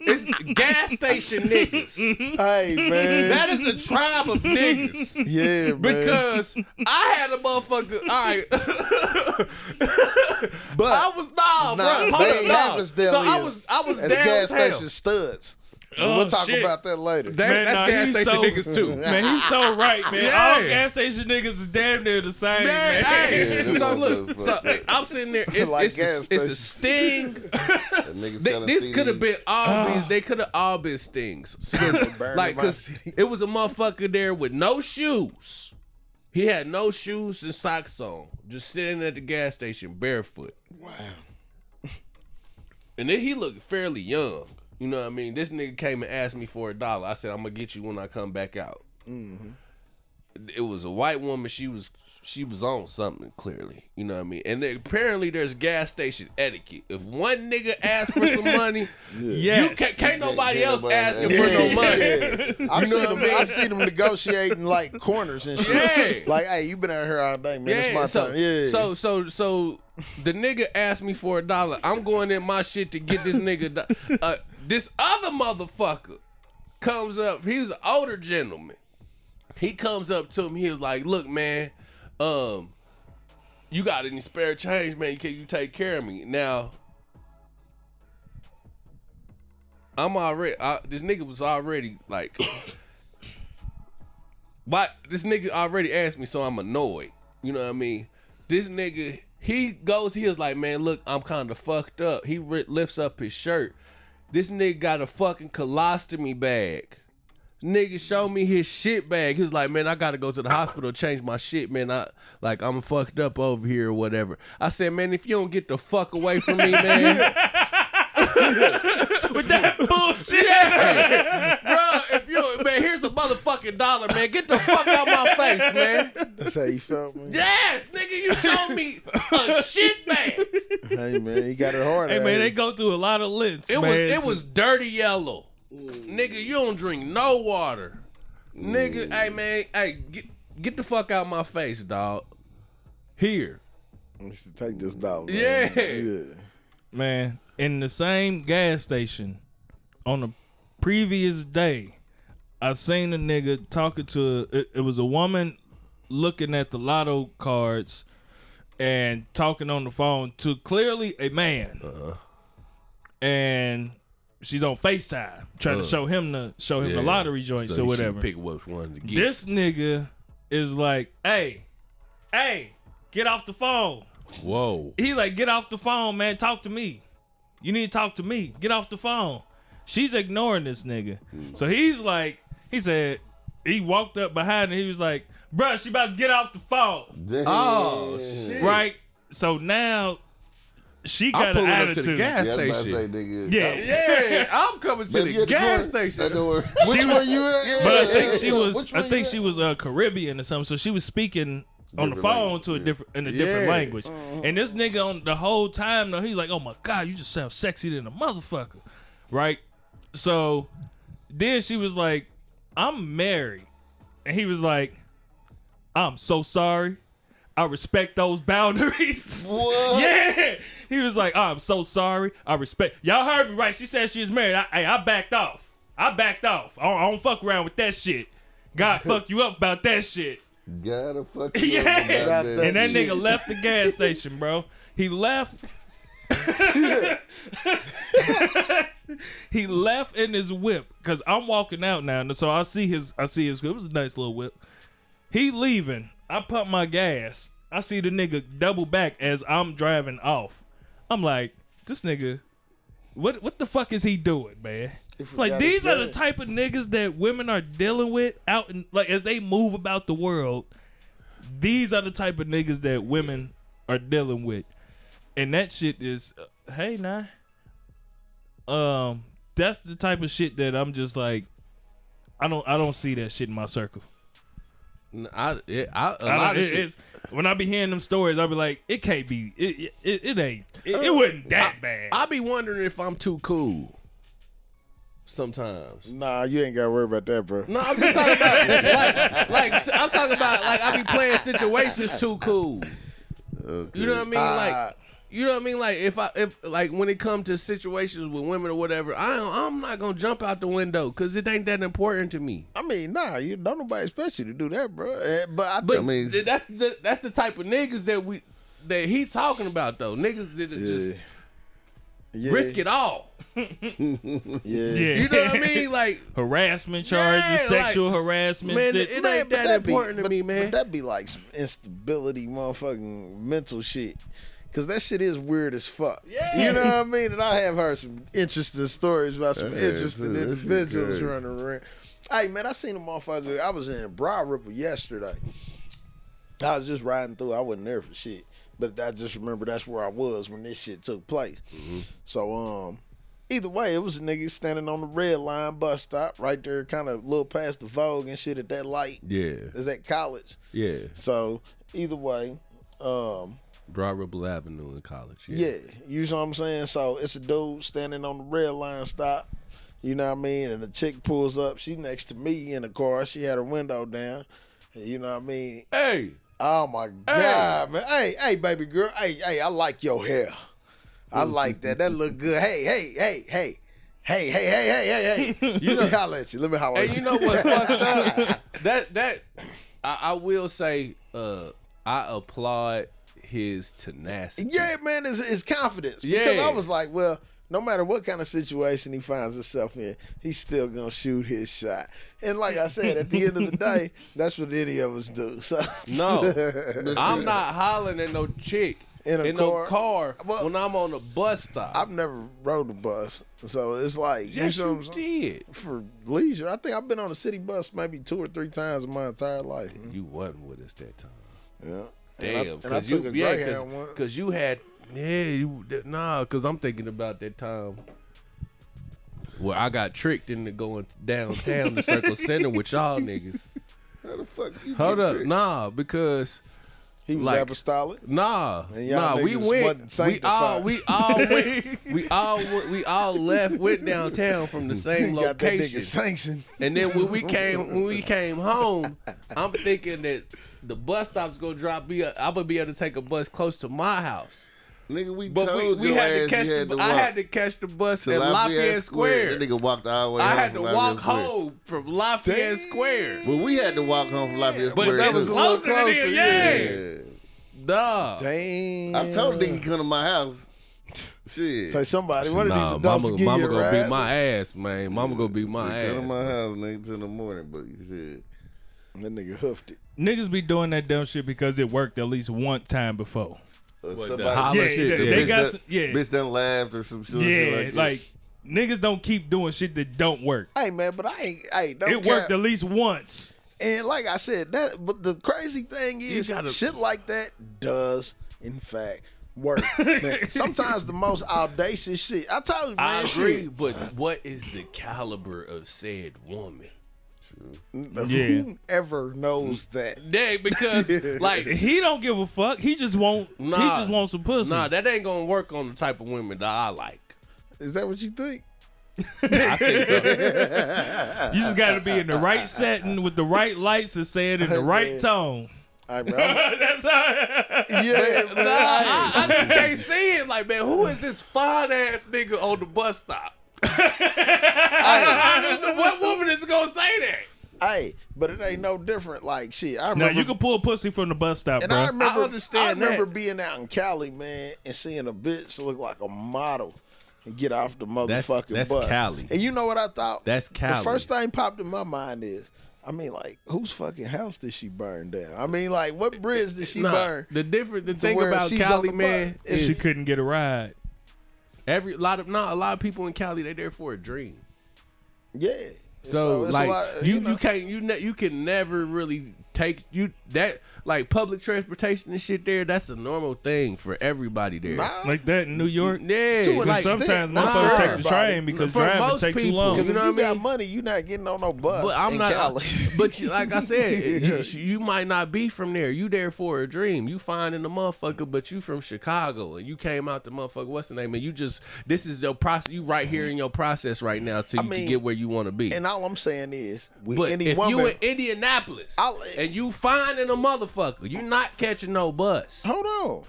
S4: is. It's, it's gas station niggas.
S2: hey man,
S4: That is a tribe of niggas.
S2: yeah, man.
S4: Because I had a motherfucker. All right.
S2: but
S4: I was nah,
S2: Nah,
S4: bro.
S2: they
S4: Hold
S2: ain't
S4: up,
S2: have
S4: nah.
S2: us
S4: So I was, I was
S2: as gas
S4: downtown.
S2: station studs.
S3: Oh,
S2: we'll talk
S3: shit.
S2: about that later.
S4: That-
S3: Man,
S4: that's
S3: nah,
S4: gas
S3: he's
S4: station
S3: so-
S4: niggas too.
S3: Man, he's so right, man.
S4: Yeah.
S3: All gas station niggas is damn near the same,
S4: Man,
S3: man.
S4: hey,
S7: Yeah,
S4: so
S7: them
S4: look,
S7: motherfuckers
S4: so
S7: fucked up.
S4: I'm sitting there. It's,
S2: Like
S4: it's,
S2: gas
S4: a, it's a
S2: stations.
S4: sting.
S7: That nigga
S4: Th-
S7: selling
S4: this could have
S7: CDs.
S4: been all these. They could have all been stings. So, 'cause,
S2: Burn
S4: like,
S2: my
S4: 'cause
S2: city.
S4: it was a motherfucker there with no shoes. He had no shoes and socks on, just sitting at the gas station barefoot. Wow. And then he looked fairly young. You know what I mean? This nigga came and asked me for a dollar. I said, "I'm gonna get you when I come back out."
S2: Mm-hmm.
S4: It was a white woman. She was she was on something clearly. You know what I mean? And then, apparently, there's gas station etiquette. If one nigga asks for some money,
S3: Yes.
S4: you can't, can't nobody
S7: can't
S4: else
S7: nobody
S4: ask him
S7: ask.
S4: for no money.
S2: Yeah. I've,
S4: know
S2: seen
S4: what I
S2: them,
S4: mean?
S2: I've seen them negotiating like corners and shit.
S4: Yeah.
S2: Like, hey, you been out here all day, man.
S4: Yeah,
S2: it's my
S4: so,
S2: time. Yeah.
S4: so so so The nigga asked me for a dollar. I'm going in my shit to get this nigga. do- uh, this other motherfucker comes up. He was an older gentleman. He comes up to me. He was like, "Look, man, um, you got any spare change, man? Can you take care of me now?" I'm already. I, this nigga was already like, why? This nigga already asked me, so I'm annoyed. You know what I mean? This nigga, he goes. He was like, man, look, I'm kind of fucked up. He ri lifts up his shirt. This nigga got a fucking colostomy bag. Nigga showed me his shit bag. He was like, man, I gotta go to the hospital, change my shit, man. I like I'm fucked up over here or whatever. I said, man, if you don't get the fuck away from me, man.
S3: With that bullshit.
S4: Yeah. Bro, if you man, here's a motherfucking dollar, man. Get the fuck out my face, man.
S2: That's how you felt, man.
S4: Yes, nigga, you showed me a shit bag.
S2: Hey man, you got it hard.
S3: Hey
S2: out
S3: man,
S2: here.
S3: they go through a lot of lengths.
S4: It
S3: man,
S4: was it
S3: to-
S4: was dirty yellow.
S7: Mm.
S4: Nigga, you don't drink no water. Nigga, hey man, hey, get get the fuck out my face, dog. Here.
S2: Let's take this dollar.
S4: Yeah.
S2: man.
S3: man in the same gas station on the previous day. I seen a nigga talking to a, it, it was a woman looking at the lotto cards and talking on the phone to clearly a man.
S4: Uh-huh.
S3: And she's on FaceTime trying
S4: Uh.
S3: to show him the show him the lottery joints or
S4: you should
S3: whatever.
S4: Pick which one to get.
S3: This nigga is like, hey, hey, get off the phone.
S4: Whoa.
S3: He like, get off the phone, man. Talk to me. You need to talk to me. Get off the phone. She's ignoring this nigga. So he's like, he said, he walked up behind her. He was like, bruh, she about to get off the phone.
S7: Damn.
S4: Oh shit.
S3: Right? So now she
S4: I'm
S3: got an
S4: pulling up to the
S3: attitude.
S4: gas
S7: Yeah, I was about to say,
S4: station.
S7: nigga.
S3: Yeah.
S4: Yeah, I'm coming to
S7: Baby, you
S4: the
S7: at the corner?
S4: gas station.
S7: At the door.
S2: Which
S3: She
S2: one
S3: was-
S2: you at?
S7: Yeah.
S3: But I think she
S7: Yeah,
S3: was.
S7: which
S3: I
S7: one
S3: think
S7: you
S3: she was uh, Caribbean or something. So she was speaking on the
S7: Different
S3: phone
S7: language,
S3: to a
S7: yeah.
S3: different in a different
S4: Yeah.
S3: language. And this nigga on the whole time though, he's like, "Oh my god, you just sound sexy than a motherfucker," right? So then she was like, "I'm married," and he was like, "I'm so sorry." I respect those boundaries.
S7: What?
S3: Yeah. He was like, I'm so sorry. I respect. Y'all heard me right. She said she was married. I, hey, I backed off. I backed off. I don't, I don't fuck around with that shit. God fuck you up about that shit.
S7: Gotta fuck you
S3: Yeah.
S7: up about
S3: Got
S7: that
S2: that
S3: And that
S7: shit.
S3: nigga left the gas station, bro. He left. he left in his whip because I'm walking out now, and so I see his. I see his. It was a nice little whip. He leaving. I pump my gas. I see the nigga double back as I'm driving off. I'm like, this nigga, what what the fuck is he doing, man? Like
S2: forgot
S3: these
S2: his
S3: are the
S2: dad.
S3: type of niggas that women are dealing with out in like as they move about the world. These are the type of niggas that women are dealing with, and that shit is, uh, hey, nah. Um, that's the type of shit that I'm just like, I don't, I don't see that shit in my circle.
S4: N- I, it, I, a
S3: I
S4: lot of
S3: don't- it-
S4: shit.
S3: it's- When I be hearing them stories, I be like, it can't be. It it, it ain't. It, it wasn't that bad.
S4: Uh, I be wondering if I'm too cool. Sometimes.
S2: Nah, you ain't gotta worry about that, bro.
S4: No, I'm just talking about like, like I'm talking about like I be playing situations too cool.
S7: Okay.
S4: You know what I mean?
S2: Ah.
S4: Like you know what I mean? Like if I if like when it comes to situations with women or whatever, I don't, I'm not gonna jump out the window because it ain't that important to me.
S2: I mean, nah, you don't nobody expect you to do that, bro. Eh, But I
S4: But
S2: think
S7: I mean-
S4: th- that's the that's the type of niggas that we that he talking about though. Niggas that just
S2: yeah,
S4: risk it all.
S2: Yeah.
S3: yeah.
S4: You know what I mean? Like
S3: harassment charges,
S4: Yeah, like,
S3: sexual harassment.
S4: man,
S3: shit.
S4: it
S2: Man,
S4: ain't
S2: but
S4: that
S2: that'd
S4: important to
S2: be, but-
S4: me,
S2: but
S4: man.
S2: that'd be like some instability, motherfucking mental shit. Cause that shit is weird as fuck. Yeah. You know what I mean? And I have heard some interesting stories about some
S7: Yeah,
S2: interesting
S7: that shit
S2: individuals
S7: crazy.
S2: running around. Hey man, I seen a motherfucker. I was in Briar Ripple yesterday. I was just riding through. I wasn't there for shit, but I just remember that's where I was when this shit took place.
S4: Mm-hmm.
S2: So um, either way, it was a nigga standing on the red line bus stop right there, kind of a little past the Vogue and shit at that light.
S4: yeah,
S2: Is at college.
S4: yeah.
S2: So either way, um,
S4: Broad Ripple Avenue in college.
S2: yeah, you know what I'm saying. So it's a dude standing on the red line stop. You know what I mean? And the chick pulls up. She next to me in the car. She had her window down. You know what I mean?
S4: Hey,
S2: Oh my god, man! Hey, hey, baby girl, hey, hey, I like your hair. I
S4: Mm-hmm.
S2: like that. That look good. Hey, hey, hey, hey, hey, hey, hey, hey, hey, hey. Let me holler at you. Let me holler at
S4: And you know what's fucked up? That that I, I will say, uh, I applaud his tenacity.
S2: Yeah, man, it's, it's confidence. Because
S4: Yeah.
S2: I was like, well, no matter what kind of situation he finds himself in, he's still gonna shoot his shot. And like I said, at the end of the day, that's what any of us do. So
S4: No, I'm not hollering at no chick
S2: In
S4: in,
S2: a
S4: no
S2: car.
S4: car
S2: Well-
S4: when I'm on a bus stop.
S2: I've never rode a bus, so it's like
S4: yes,
S2: you know
S4: you
S2: what I'm saying?
S4: did.
S2: for leisure. I think I've been on a city bus maybe two or three times in my entire life.
S4: You wasn't with us that time.
S2: Yeah. And I-
S4: Damn,
S2: and I
S4: because you,
S2: took a
S4: yeah,
S2: Greyhound
S4: cause,
S2: once.
S4: 'cause you had, yeah, you, that- nah, because I'm thinking about that time where I got tricked into going downtown to Circle Center with y'all niggas.
S7: How the fuck? You
S4: Hold
S7: get
S4: up,
S7: tricked?
S4: nah, because
S2: He was
S4: Like-
S2: apostolic.
S4: nah,
S2: And y'all
S4: nah, we
S2: niggas
S4: went,
S2: wasn't
S4: we all,
S2: sanctified.
S4: we all went, we all, went- we all left, went downtown from the same
S2: He got that
S4: location.
S2: nigga sanctioned.
S4: And then when we came when we came home, I'm thinking that the bus stop's gonna drop me. I'm gonna be able to take a bus close to my house.
S7: Nigga, we
S4: But we,
S7: told
S4: we
S7: you
S4: had to catch
S7: you had
S4: the,
S7: to
S4: I
S7: walk
S4: had to catch the bus
S7: to
S4: at Lafayette Square.
S7: That nigga walked all the way
S4: I
S7: home
S4: had to
S7: from
S4: walk
S7: Lafayette Square.
S4: home from Lafayette Square.
S7: Well, we had to walk home from Lafayette
S4: But
S7: Square.
S4: that
S7: too.
S4: was closer, than
S2: closer,
S4: it,
S7: Yeah.
S4: yeah. Duh.
S2: Damn.
S7: I told nigga he come to my house. Shit.
S2: Say somebody, what are these
S4: Nah,
S2: adults
S4: mama,
S2: give
S4: mama
S2: you
S4: gonna
S2: right?
S4: beat my ass, man. Mama gonna beat my
S7: Said, Come to
S4: ass.
S7: my house, nigga, till the morning, but you said
S2: That nigga hoofed it.
S3: Niggas be doing that dumb shit because it worked at least one time before.
S7: or
S4: the
S7: uh, somebody-
S4: holler
S3: Yeah,
S4: shit.
S3: they-
S4: yeah.
S3: they got
S7: that,
S3: some- yeah.
S7: bitch done laughed or some shit.
S3: Yeah,
S7: shit
S3: like
S7: like,
S3: niggas don't keep doing shit that don't work.
S2: Hey man, but I ain't. Hey, don't
S3: It worked
S2: cap.
S3: at least once.
S2: And like I said, that. But the crazy thing is,
S4: gotta-
S2: shit like that does in fact work. man, sometimes the most audacious shit. I told you,
S4: I
S2: man.
S4: agree,
S2: shit.
S4: but what is the caliber of said woman?
S3: Yeah.
S2: Whoever knows that.
S4: Yeah, because like
S3: He don't give a fuck. He just want.
S4: Nah.
S3: He just wants some pussy.
S4: Nah, that ain't gonna work on the type of women that I like.
S2: Is that what you think?
S4: I think so.
S3: you just got to be in the right setting with the right lights and say it in the right tone.
S2: Hey, man, I'm-
S3: That's how.
S2: yeah, man. I-
S4: I, I just can't see it. Like, man, who is this fine ass nigga on the bus stop? I don't know what woman is gonna say that?
S2: Hey, but it ain't no different. Like shit, I
S3: Now
S2: remember.
S3: you can pull pussy from the bus stop,
S2: and
S3: bro.
S2: I remember. I,
S4: understand
S2: remember
S4: that.
S2: being out in Cali, man, and seeing a bitch look like a model and get off the motherfucking
S4: that's
S2: bus.
S4: Cali.
S2: And you know what I thought?
S4: That's
S2: The
S4: Cali.
S2: first thing popped in my mind is. I mean, like, whose fucking house did she burn down? I mean, like, what bridge did she
S4: Nah,
S2: burn?
S4: the different the thing
S2: where
S4: about
S2: she's on
S4: Cali,
S2: the
S4: man,
S2: bus.
S3: she
S4: is
S3: couldn't get a ride.
S4: every a lot of not a lot of people in Cali they there for a dream.
S2: Yeah.
S4: So,
S2: it's a
S4: like
S2: lot-
S4: you, you,
S2: know.
S4: can't you ne- you can never really take you that like public transportation and shit there. That's a normal thing for everybody there.
S2: Nah,
S3: Like that in New York.
S4: Yeah,
S2: To an
S4: like,
S2: extent.
S3: Sometimes
S2: Not
S3: motherfuckers
S2: for
S3: take the
S2: everybody.
S3: train because
S4: For
S3: driving
S4: most
S3: take too
S4: people.
S3: long.
S2: Because if
S4: You
S2: you,
S4: know what I
S2: got
S4: mean?
S2: money, you're not getting on no bus.
S4: But I'm
S2: in
S4: not. uh,
S2: Cali.
S4: But you, like I said, it- you, you might not be from there. You there for a dream. You finding the motherfucker, but you from Chicago and you came out the motherfucker. What's the name? And you just this is your process. You right here in your process right now till
S2: I
S4: you
S2: mean,
S4: can get where you want to be.
S2: And all I'm saying is, with
S4: but
S2: any
S4: if
S2: woman,
S4: you in Indianapolis
S2: I'll-
S4: and you finding a motherfucker, you not catching no bus.
S2: hold on.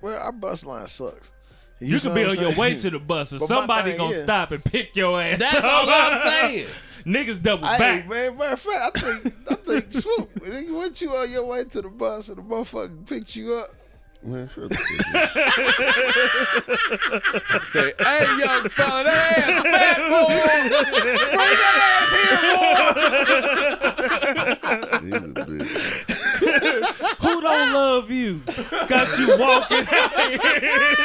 S2: Well, our bus line sucks.
S3: You
S2: see
S3: could be
S2: what
S3: on
S2: I'm
S3: your way
S2: saying?
S3: to the bus, and
S2: But my
S3: somebody
S2: thing
S3: gonna
S2: is-
S3: stop and pick your ass.
S4: That's
S3: up.
S4: all I'm saying.
S3: Niggas double
S2: Hey
S3: back.
S2: man, matter of fact, I think I think swoop. nigga, Once you on your way to the bus and the motherfucker picks you up,
S7: man, shut the fuck up.
S4: Say, hey, young fella, that ass fat boy. Bring that ass here, boy.
S7: He's a bitch.
S3: Who don't love you? Got you walking out here.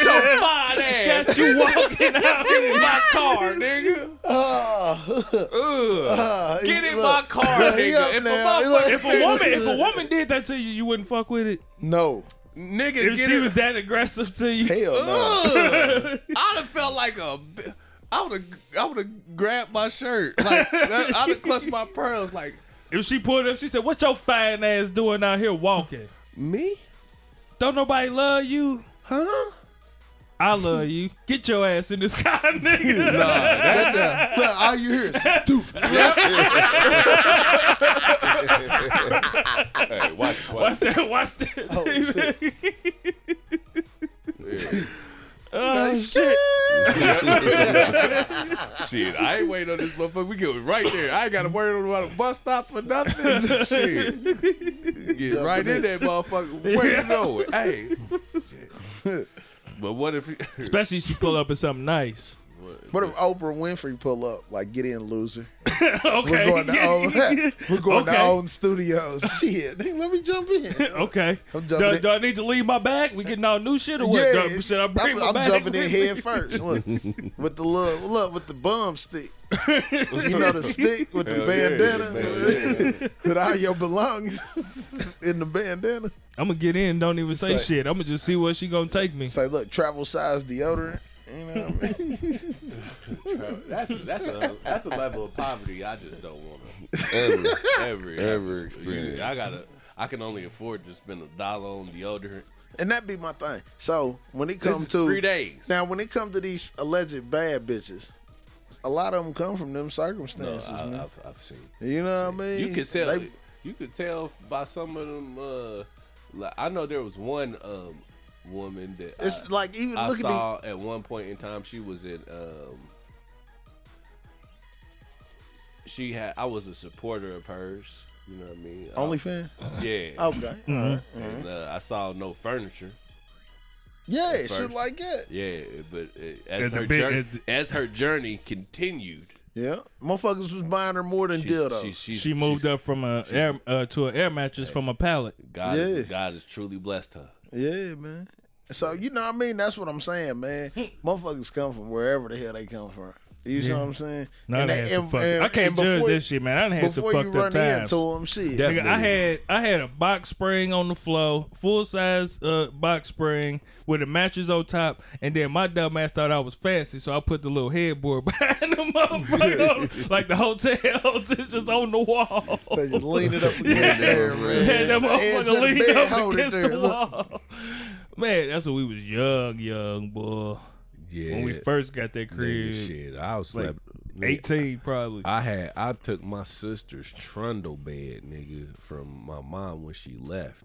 S4: Your fine ass.
S3: Got you walking out
S4: in
S3: here.
S4: my car, nigga. Oh. Ugh.
S2: uh,
S4: Get in
S2: look,
S4: my car,
S2: look, he up
S4: nigga. If a
S2: now, he look-
S4: motherfucker,
S3: If a woman, if a woman did that to you, you wouldn't fuck with it.
S2: no,
S4: nigga,
S3: If
S4: get
S3: she
S4: in.
S3: was that aggressive to you,
S2: hell no.
S4: Ugh. I'd have felt like a. b- I would have, I would have grabbed my shirt, like that- I'd have clutched my pearls, like
S3: if she pulled up, she said, "What your fine ass doing out here walking?
S4: me,
S3: Don't nobody love you?
S4: huh?
S3: I love you. Get your ass in this car, nigga.
S2: Look, all you hear is dude.
S8: Hey, watch, watch.
S3: Watch that. Watch that. oh shit.
S8: Shit, I ain't waiting on this motherfucker. We get right there. I ain't got to worry about a bus stop for nothing. Shit. Get right in that motherfucker. Where you going? Hey. Shit. But what if
S3: Especially if she pull up in something nice.
S2: What if Oprah Winfrey pull up? Like, get in, loser.
S3: Okay.
S2: We're going to own, we're going
S3: Okay.
S2: to own studios. Shit, nigga, let me jump in.
S3: Okay.
S2: I'm
S3: Do,
S2: jumping in.
S3: do I need to leave my bag? We getting all new shit or what? Do- should I bring
S2: I'm,
S3: my
S2: I'm
S3: bag?
S2: jumping in head first. Look, with the love, look with the bum stick. You know the stick with the
S8: Hell yeah,
S2: bandana, with all your belongings in the bandana.
S3: I'm gonna get in. Don't even say
S2: Say-
S3: shit. I'm gonna just see where she gonna take me.
S2: Say, look, travel size deodorant. You know what I mean?
S8: that's that's a that's a level of poverty I just don't want to
S7: Ever.
S8: ever
S7: Ever
S8: You-
S7: experience.
S8: I gotta I can only afford to spend a dollar on deodorant.
S2: And that be my thing. So when it
S8: This
S2: comes
S8: is
S2: to
S8: three days.
S2: now, when it comes to these alleged bad bitches, a lot of them come from them circumstances,
S8: Uh, I,
S2: man.
S8: have I've seen.
S2: you know what I mean?
S8: You could tell.
S2: They-
S8: you could tell by some of them. Uh, like, I know there was one um, woman that I-
S2: it's like even
S8: I
S2: look at the
S8: saw at one point in time she was in um she had I was a supporter of hers, you know what I mean? I-
S2: OnlyFans.
S8: yeah.
S2: Okay.
S8: And uh, I saw no furniture.
S2: Yeah, shit
S8: first.
S2: like that.
S8: Yeah, but uh, as
S3: As a
S8: her
S3: big-
S8: journey,
S3: as the-
S8: as her journey continued,
S2: Yeah, motherfuckers was buying her more than
S8: she's-
S2: dildos.
S8: she's- she's-
S3: She moved
S8: she's-
S3: up from a air uh, to an air mattress from a pallet.
S8: God,
S2: Yeah.
S8: is, God has truly blessed her.
S2: yeah, man. So you know what I mean? That's what I'm saying, man. motherfuckers come from wherever the hell they come from. You see what I'm saying?
S3: No, I,
S2: And
S3: done
S2: they-
S3: had some
S2: and-
S3: fuck-
S2: and-
S3: I can't
S2: and
S3: judge
S2: before-
S3: this shit, man. I done had some
S2: Before you
S3: fucked up
S2: run
S3: times.
S2: into them, shit.
S3: Nigga, I had I had a box spring on the floor, full size uh, box spring with a mattress on top, and then my dumb ass thought I was fancy, so I put the little headboard behind the motherfucker, like the hotel it's just on the wall.
S2: So just lean it up against there, man.
S3: Had that
S2: The edge of
S3: motherfucker
S2: the
S3: leaned
S2: bed,
S3: up
S2: hold it
S3: against
S2: there,
S3: the
S2: look.
S3: wall. Man, that's when we was young, young boy.
S4: Yeah.
S3: When we first got that
S4: nigga,
S3: crib,
S4: shit, I was
S3: like
S4: slapped.
S3: eighteen probably.
S4: I had I took my sister's trundle bed, nigga, from my mom when she left.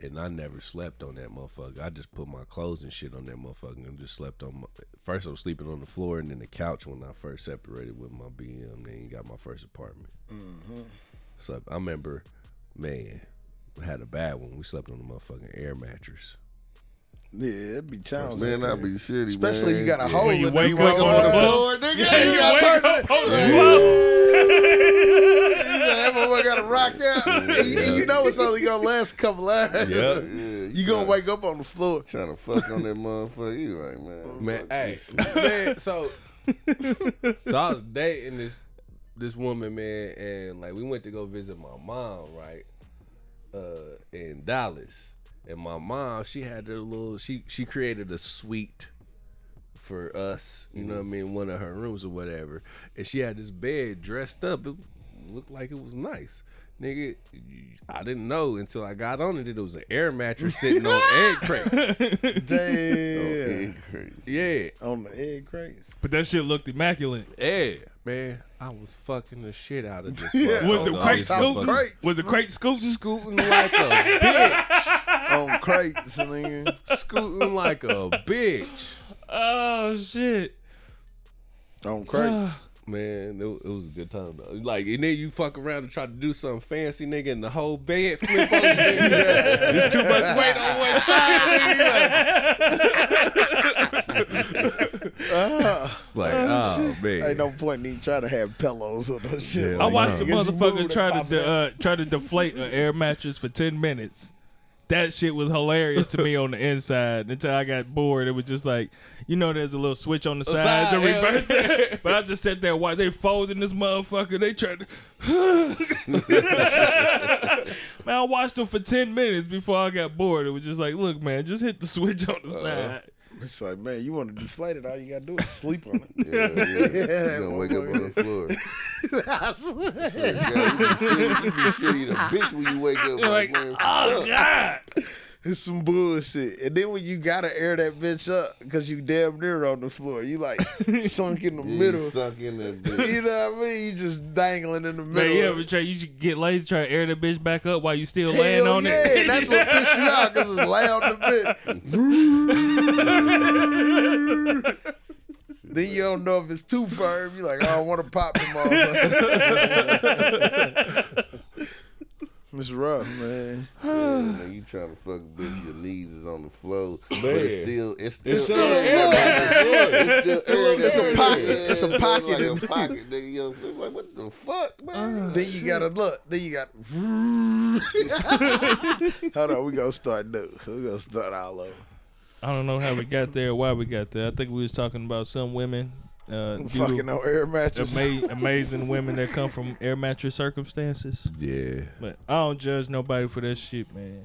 S4: And I never slept on that motherfucker. I just put my clothes and shit on that motherfucker and just slept on my first I was sleeping on the floor and then the couch when I first separated with my BM, then got my first apartment. Mm-hmm. So I remember, man, I had a bad one. We slept on the motherfucking air mattress.
S2: Yeah, it'd be challenging.
S7: Man, that be shitty,
S2: Especially
S7: man.
S2: you got a
S7: Yeah.
S2: hole
S3: When you
S2: in
S3: wake
S2: there. You
S3: up
S2: wake up
S3: on
S2: on
S3: the
S2: the floor.
S7: Lord, nigga,
S2: Yeah,
S7: you
S2: you
S7: got
S2: wake
S7: turned
S2: up on the floor. Everyone got to rock out. You you know it's only going to last a couple hours.
S8: Yeah.
S7: Yeah,
S2: you going to wake up on the floor.
S7: Trying to fuck on that motherfucker. You like, man.
S4: Man,
S7: fuck
S4: hey,
S7: this
S4: man, so so I was dating this this woman, man, and like we went to go visit my mom, right? Uh in Dallas. And my mom, she had her little she she created a suite for us, you
S7: Mm-hmm.
S4: know what I mean, one of her rooms or whatever. And she had this bed dressed up. It looked like it was nice. Nigga, I didn't know until I got on it that it was an air mattress sitting on egg crates.
S2: Damn.
S7: shit crazy.
S4: Yeah.
S2: On the egg crates.
S3: But that shit looked immaculate.
S4: Yeah, man, I was fucking the shit out of this.
S3: Was
S4: motherfucker.
S3: the
S4: Oh, I
S3: crate
S4: was
S3: scooting?
S4: fucking
S2: crates,
S3: Was the crate scooting?
S4: Scooting like a bitch.
S2: On crates, nigga.
S4: Scooting like a bitch.
S3: Oh shit!
S2: On crates.
S4: Man, it, wa- it was a good time though. Like, and then you fuck around and try to do something fancy, nigga, and the whole bed flip over. There's too much weight on one side. Nigga. You're Like, it's like, oh, man.
S2: Ain't no point in even trying to have pillows or no shit.
S4: Yeah,
S3: I
S2: like
S3: watched the
S2: that. Just move
S3: motherfucker
S2: it
S3: try to
S2: and
S3: de-
S2: pop it
S3: uh, try to deflate an air mattress for ten minutes. That shit was hilarious to me on the inside until I got bored. It was just like, you know, there's a little switch on the side to
S8: side, yeah.
S3: reverse it. But I just sat there while they folding this motherfucker. They tried to. man, I watched them for ten minutes before I got bored. It was just like, look, man, just hit the switch
S2: Uh,
S3: on the side.
S2: It's like, man, you want to deflate it, all you got to do is sleep on it.
S7: Yeah, yeah.
S2: Yeah,
S7: You gonna wake up on the floor. Yeah,
S2: "Oh,
S7: you be shitty, you be shitty to bitch when you wake up. Like,
S3: like,
S7: man,
S3: oh god,
S2: It's some bullshit. And then when you gotta air that bitch up because you damn near on the floor, you like sunk in the middle.
S7: You suck in that
S2: You
S7: bitch.
S2: know what I mean? You just dangling in the middle.
S3: Man, you
S2: of-
S3: ever try? You should get lazy, try to air that bitch back up while you still
S2: Hell
S3: laying on
S2: yeah,
S3: it.
S2: that's what pissed me out because it's loud in the bitch. then you don't know if it's too firm. You're like, oh, I want to pop them off. it's rough, man.
S7: Yeah, man, you trying to fuck a bitch, your knees is on the floor, but it's still, it's still,
S2: still air.
S7: It's still air.
S2: It's a
S7: It's
S2: pocket.
S7: air.
S2: It's a
S7: It's
S2: pocket
S7: Like
S2: in-
S7: a pocket, nigga. Yo, it's like what the fuck, man?
S2: Then you gotta look. Then you got. Hold on, we gonna start new. We gonna start all over.
S3: I don't know how we got there, why we got there. I think we was talking about some women, uh, due to
S2: Fucking on air mattress.
S3: ama- amazing women that come from air mattress circumstances.
S1: Yeah.
S3: But I don't judge nobody for that shit, man.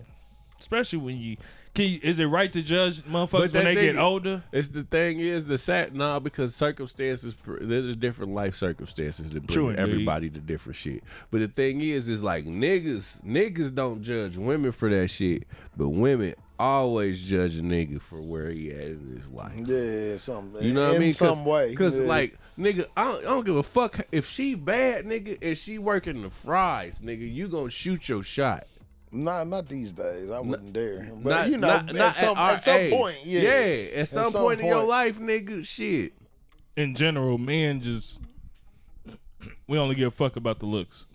S3: Especially when you, can you is it right to judge motherfuckers
S4: But
S3: when
S4: that
S3: they get
S4: nigga-
S3: older?
S4: It's the thing is the sad nah because circumstances pr- there's different life circumstances that bring
S3: True, indeed.
S4: everybody to different shit. But the thing is, is like niggas niggas don't judge women for that shit, but women always judge a nigga for where he at in his life.
S2: Yeah, something.
S4: You know what
S2: in
S4: I mean?
S2: some way.
S4: Because
S2: yeah.
S4: like nigga, I don't, I don't give a fuck if she bad nigga and she working the fries, nigga. You gonna shoot your shot.
S2: Nah, not these days. I wouldn't dare. But
S4: Not-
S2: you know,
S4: not-
S2: at,
S4: not
S2: some,
S4: our
S2: at, some
S4: age.
S2: point, yeah.
S4: yeah. At some,
S2: some
S4: point in your
S2: point.
S4: life, nigga, shit.
S3: In general, men just we only give a fuck about the looks.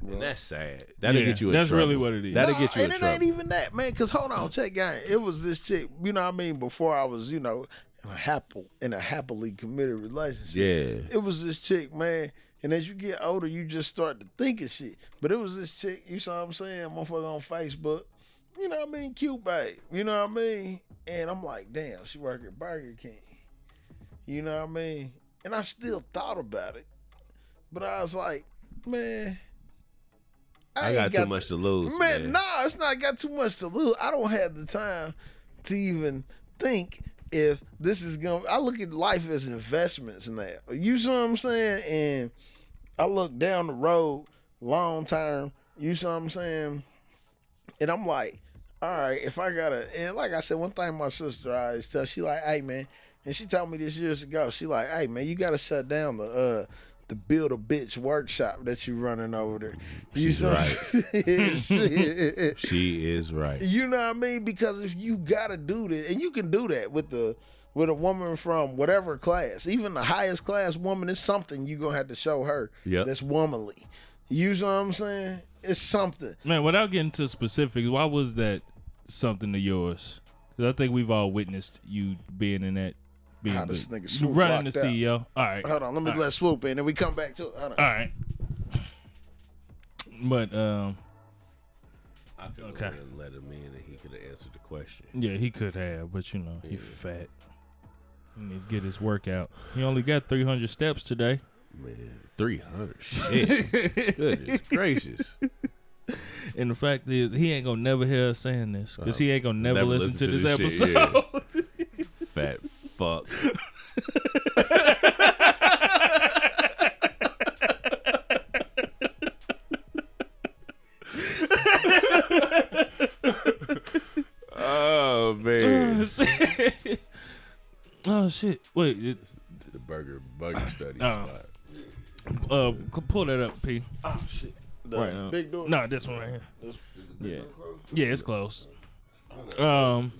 S4: And that's sad. That'll
S3: Yeah,
S4: get you. In
S3: that's
S4: trouble.
S3: really what it is.
S4: That'll
S2: Nah,
S4: get you in
S2: and it
S4: trouble.
S2: ain't even that, man. Because hold on, check out. It was this chick. You know what I mean? Before I was, you know, in a happy in a happily committed relationship.
S4: yeah.
S2: It was this chick, man. And as you get older, you just start to think of shit. But it was this chick, you saw what I'm saying, motherfucker on Facebook. You know what I mean? Cute babe. You know what I mean? And I'm like, damn, she work at Burger King. You know what I mean? And I still thought about it. But I was like, man.
S4: I,
S2: ain't
S4: got, too much to lose. Man,
S2: Man, nah, it's not got too much to lose. I don't have the time to even think if this is gonna. I look at life as investments now. You see what I'm saying? And I look down the road, long term. You see what I'm saying? And I'm like, all right, if I gotta, and like I said, one thing my sister I always tell, she like, hey man, and she told me this years ago. She like, hey man, you gotta shut down the uh the build a bitch workshop that you running over there. You
S4: She's
S2: see what I'm
S4: right.
S2: saying?
S4: she is right.
S2: You know what I mean? Because if you gotta do this, and you can do that with the with a woman from whatever class, even the highest class woman, it's something you gonna have to show her
S4: Yep.
S2: that's womanly. You know what I'm saying? It's something.
S3: Man, without getting to specifics, why was that something to yours? 'Cause I think we've all witnessed you being in that, being
S2: Ah, this
S3: the-
S2: nigga Swoop
S3: running
S2: locked
S3: the CEO. All right,
S2: Hold on, let me
S3: All right.
S2: let swoop in, and we come back to it. Hold on.
S3: All right, but um,
S4: I could
S3: Okay.
S4: let him in and he could have answered the question.
S3: yeah, he could have, but you know, he fat. He needs to get his workout. He only got 300 steps today.
S4: Man, 300. Shit. Goodness gracious.
S3: And the fact is, he ain't gonna never hear us saying this because he ain't gonna never, listen, to, this, episode.
S4: shit, yeah. Fat fuck. oh, man.
S3: oh shit! Wait, it,
S4: the burger, burger study
S3: Oh.
S4: spot.
S3: uh, c- pull that up, P.
S2: Oh shit. The
S3: Right now.
S2: big door.
S3: No, this one right here. Yeah, yeah, it's close. Um,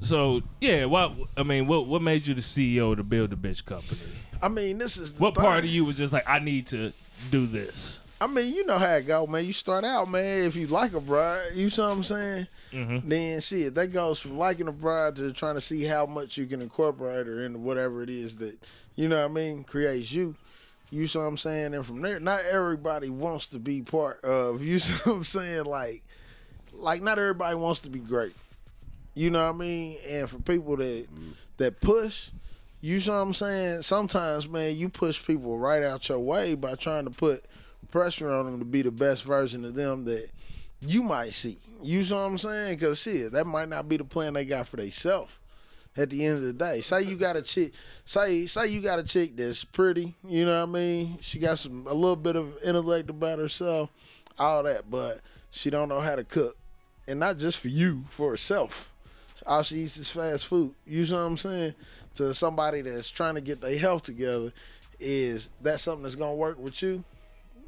S3: so yeah, what I mean, what what made you the CEO to build the bitch company?
S2: I mean, this is the
S3: What part of
S2: thing.
S3: you was just like, I need to do this?
S2: I mean, you know how it go, man. You start out, man. If you like a bride, you see what I'm saying.
S3: Mm-hmm.
S2: Then see it. That goes from liking a bride to trying to see how much you can incorporate her into whatever it is that you know what I mean creates you. You see what I'm saying. And from there, not everybody wants to be part of. You see what I'm saying? Like, like not everybody wants to be great. You know what I mean? And for people that that push, you see what I'm saying? Sometimes, man, you push people right out your way by trying to put pressure on them to be the best version of them that you might see. You see what I'm saying? Because shit, that might not be the plan they got for themselves. At the end of the day, say you got a chick, say say you got a chick that's pretty. You know what I mean? She got some a little bit of intellect about herself, all that, but she don't know how to cook. and not just for you, for herself. All she eats is fast food. You know what I'm saying? To somebody that's trying to get their health together, is that something that's gonna work with you?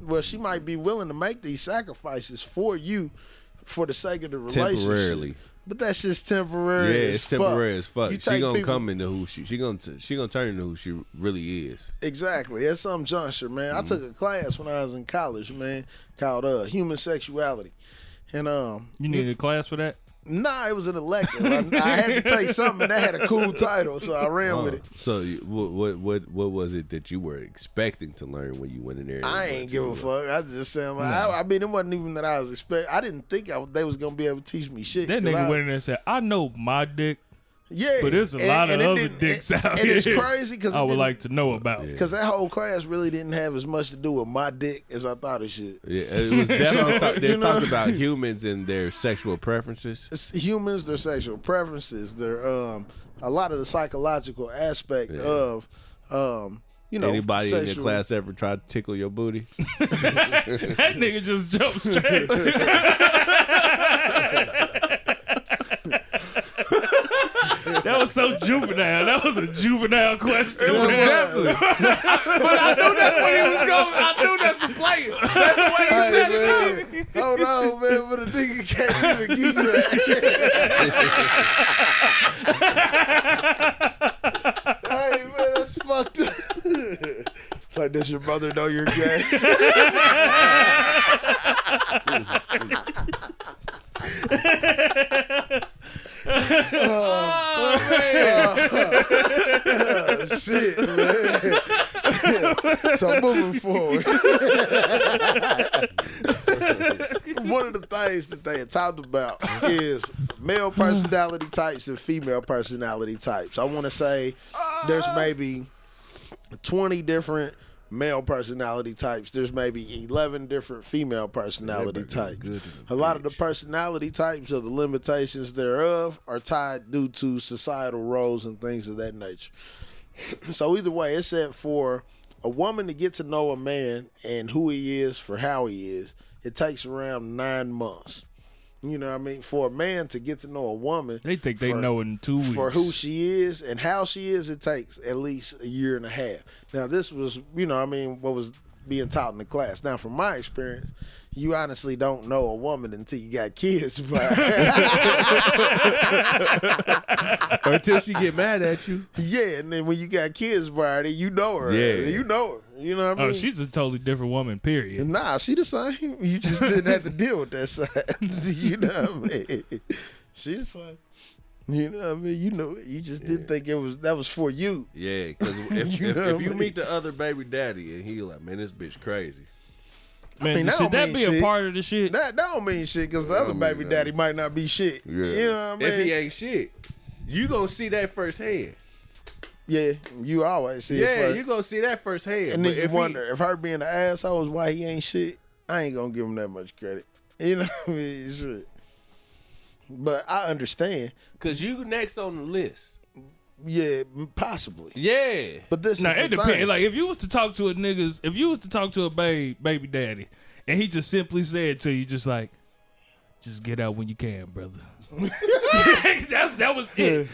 S2: Well, she might be willing to make these sacrifices for you, for the sake of the relationship.
S4: Temporarily.
S2: But that's just temporary.
S4: Yeah, it's
S2: as
S4: temporary as fuck.
S2: You
S4: She
S2: take
S4: gonna
S2: people-
S4: come into who she she gonna t- she gonna turn into who she really is.
S2: Exactly. At some juncture, man. I took a class when I was in college, man, called uh Human Sexuality. And um
S3: You need a class for that?
S2: nah, it was an elective. I, I had to take something that had a cool title, so I ran with it.
S4: So you- what what what what was it that you were expecting to learn when you went in there?
S2: I ain't give a fuck. I just saying like I, I mean it wasn't even that I was expect I didn't think I, they was gonna be able to teach me shit.
S3: That
S2: 'cause
S3: nigga
S2: I-
S3: went in there and said, I know my dick,
S2: Yeah.
S3: but there's a lot of
S2: it
S3: other
S2: didn't-
S3: dicks
S2: and,
S3: out
S2: And
S3: here.
S2: it's crazy because
S3: I would like to know about.
S2: because that whole class really didn't have as much to do with my dick as I thought it should.
S4: Yeah, it was definitely
S2: So,
S4: talk, they
S2: you know-
S4: talked about humans and their sexual preferences.
S2: it's humans, their sexual preferences, their um, a lot of the psychological aspect of, um, you know,
S4: Anybody in your
S2: sexual-
S4: class ever tried to tickle your booty?
S3: That nigga just jumped straight. that was so juvenile. That was a juvenile question.
S2: Hey, man. Hold on, man, but a nigga can't even give you that. hey, man, that's fucked up. it's like, does your mother know you're gay? oh, man. shit, man. so moving forward. one of the things that they had talked about is male personality types and female personality types. I want to say there's maybe 20 different male personality types. There's maybe 11 different female personality types. A lot of the personality types or the limitations thereof are tied due to societal roles and things of that nature. So either way, it said for a woman to get to know a man and who he is for how he is, it takes around nine months. You know what I mean? For a man to get to know a woman,
S3: They think they
S2: for-
S3: know in two weeks.
S2: for who she is and how she is, it takes at least a year and a half. Now, this was, you know, I mean, what was being taught in the class. Now, from my experience, you honestly don't know a woman until you got kids. But
S4: or until she get mad at you.
S2: yeah, and then when you got kids, Brady, you know her.
S4: Yeah.
S2: You know her. You know what I
S3: Oh,
S2: mean?
S3: she's a totally different woman, period.
S2: Nah, she the same. You just didn't have to deal with that side. you know what I mean? She the same. You know what I mean? You know, it. you just didn't think it was that was for you.
S4: Yeah, because if,
S2: You
S4: if,
S2: know
S4: if
S2: what I
S4: you
S2: mean?
S4: meet the other baby daddy and he like, man, this bitch crazy.
S3: Man,
S2: mean, that
S3: should
S2: don't
S3: that
S2: mean
S3: be a
S2: shit.
S3: part of the shit?
S2: That that don't mean shit because the other
S7: mean
S2: baby
S7: nothing.
S2: daddy might not be shit.
S7: Yeah.
S2: You know what I
S4: If he
S2: mean?
S4: ain't shit, you gonna see that firsthand.
S2: Yeah, you always see it
S4: Yeah,
S2: first.
S4: you gonna see that firsthand.
S2: and
S4: But
S2: then you
S4: if he-
S2: wonder if her being an asshole is why he ain't shit. I ain't gonna give him that much credit. You know what I mean? Shit. But I understand.
S4: Cause you next on the list.
S2: Yeah, possibly.
S4: Yeah.
S2: But this
S3: Now
S2: is the
S3: it depends.
S2: thing.
S3: Like if you was to talk to a niggas, if you was to talk to a baby baby daddy, and he just simply said to you, just like, just get out when you can, brother. That's that was it.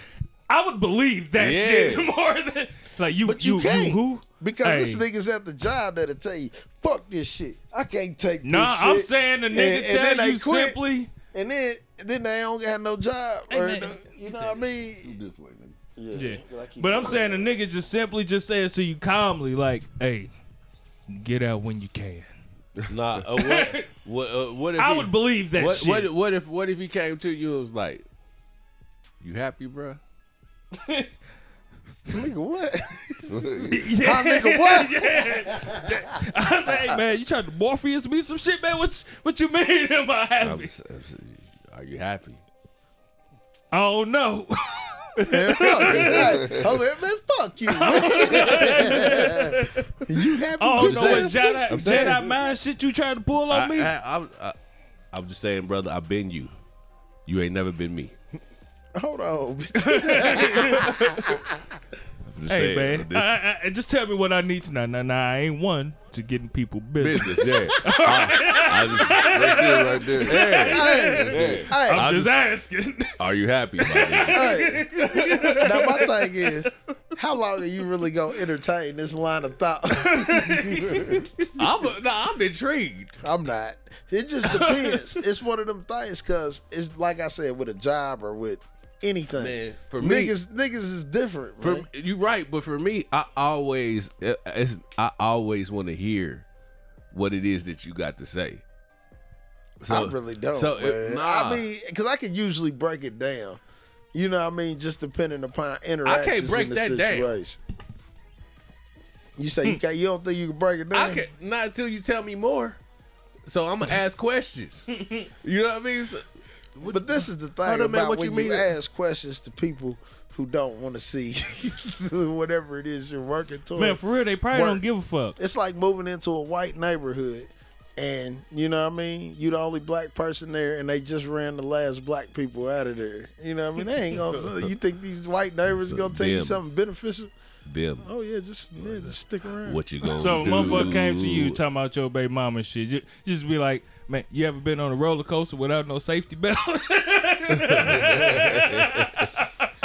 S3: I would believe that
S4: Yeah.
S3: shit more than like you.
S2: But you, can't
S3: who?
S2: because
S3: Hey.
S2: this nigga's at the job that'll tell you, "Fuck this shit. I can't take
S3: Nah,
S2: this shit."
S3: I'm saying the nigga
S2: and then
S3: tell
S2: they
S3: you
S2: quit.
S3: simply.
S2: and then then they don't got no job,
S3: Hey,
S2: or
S3: man.
S2: no- you know what I mean?
S7: This way, nigga.
S3: Yeah.
S2: I keep
S3: But I'm
S2: doing
S3: saying the nigga just simply just says to you calmly, like, hey, get out when you can.
S4: Nah. Uh, what? What? Uh, what if
S3: I
S4: he-
S3: would believe that
S4: What,
S3: shit.
S4: what? What if? What if he came to you and was like, "You happy, bruh?
S2: Nigga, what?
S3: Yeah.
S2: My nigga, what?
S3: yeah. I was like, hey, man, you trying to Morpheus me some shit, man? What, you- what you mean am I
S4: I'm
S3: happy?
S4: s- I'm s- Are you happy?
S3: I don't know.
S2: man, fuck it. Hey, Hold on, man, fuck you. man. you happy?
S3: I don't
S2: bitch
S3: know what
S2: ass
S3: Jedi,
S4: I'm saying-
S3: Jedi mind shit you trying to pull on me.
S4: I, I, I'm, I, I'm just saying, brother. I've been you. You ain't never been me.
S2: nigga. Hold on. bitch.
S4: I'm
S9: and
S3: Hey
S9: said,
S3: man,
S9: this-
S3: I- I- I- just tell me what I need to know. Now, now I ain't one to getting people business.
S9: business. Yeah. I, I just,
S7: That's it right there.
S2: Hey,
S3: I'm,
S2: hey,
S3: just, asking.
S9: are you happy? about it?
S2: hey. Now my thing is, how long are you really gonna entertain this line of thought?
S8: I'm a, nah, I'm intrigued.
S2: I'm not. It just depends. it's one of them things because it's like I said with a job or with anything.
S4: Man, for me-
S2: niggas, niggas is different.
S4: For,
S2: man.
S4: you right, but for me, I always
S9: eh,
S4: it's, I always want to hear what it is that you got to say.
S2: I really don't.
S4: So
S2: man.
S4: it, nah,
S2: I mean, because I can usually break it down. You know what I mean? Just depending upon interactions.
S4: can't break
S2: in the
S4: that down. Hmm.
S2: situation. You say you can't. You don't think you can break it down?
S4: I can not until you tell me more. So I'm gonna ask questions. You know what I mean? So-
S2: But this is the thing
S4: Hold
S2: about
S4: up, man, what
S2: when
S4: you
S2: you,
S4: mean?
S2: ask questions to people who don't want to see whatever it is you're working towards.
S3: man, for real, they probably
S2: Work.
S3: don't give a fuck.
S2: it's like moving into a white neighborhood and you know what I mean? You the only black person there and they just ran the last black people out of there. You know what I mean? They ain't gonna you think these white neighbors
S9: So
S2: gonna tell you
S9: them.
S2: something beneficial?
S9: Them.
S2: Oh yeah, just yeah, just stick around.
S9: What you gonna
S3: So,
S9: do?
S3: motherfucker came to you talking about your baby mama and shit. Ju- Just be like, man, you ever been on a roller coaster without no safety belt?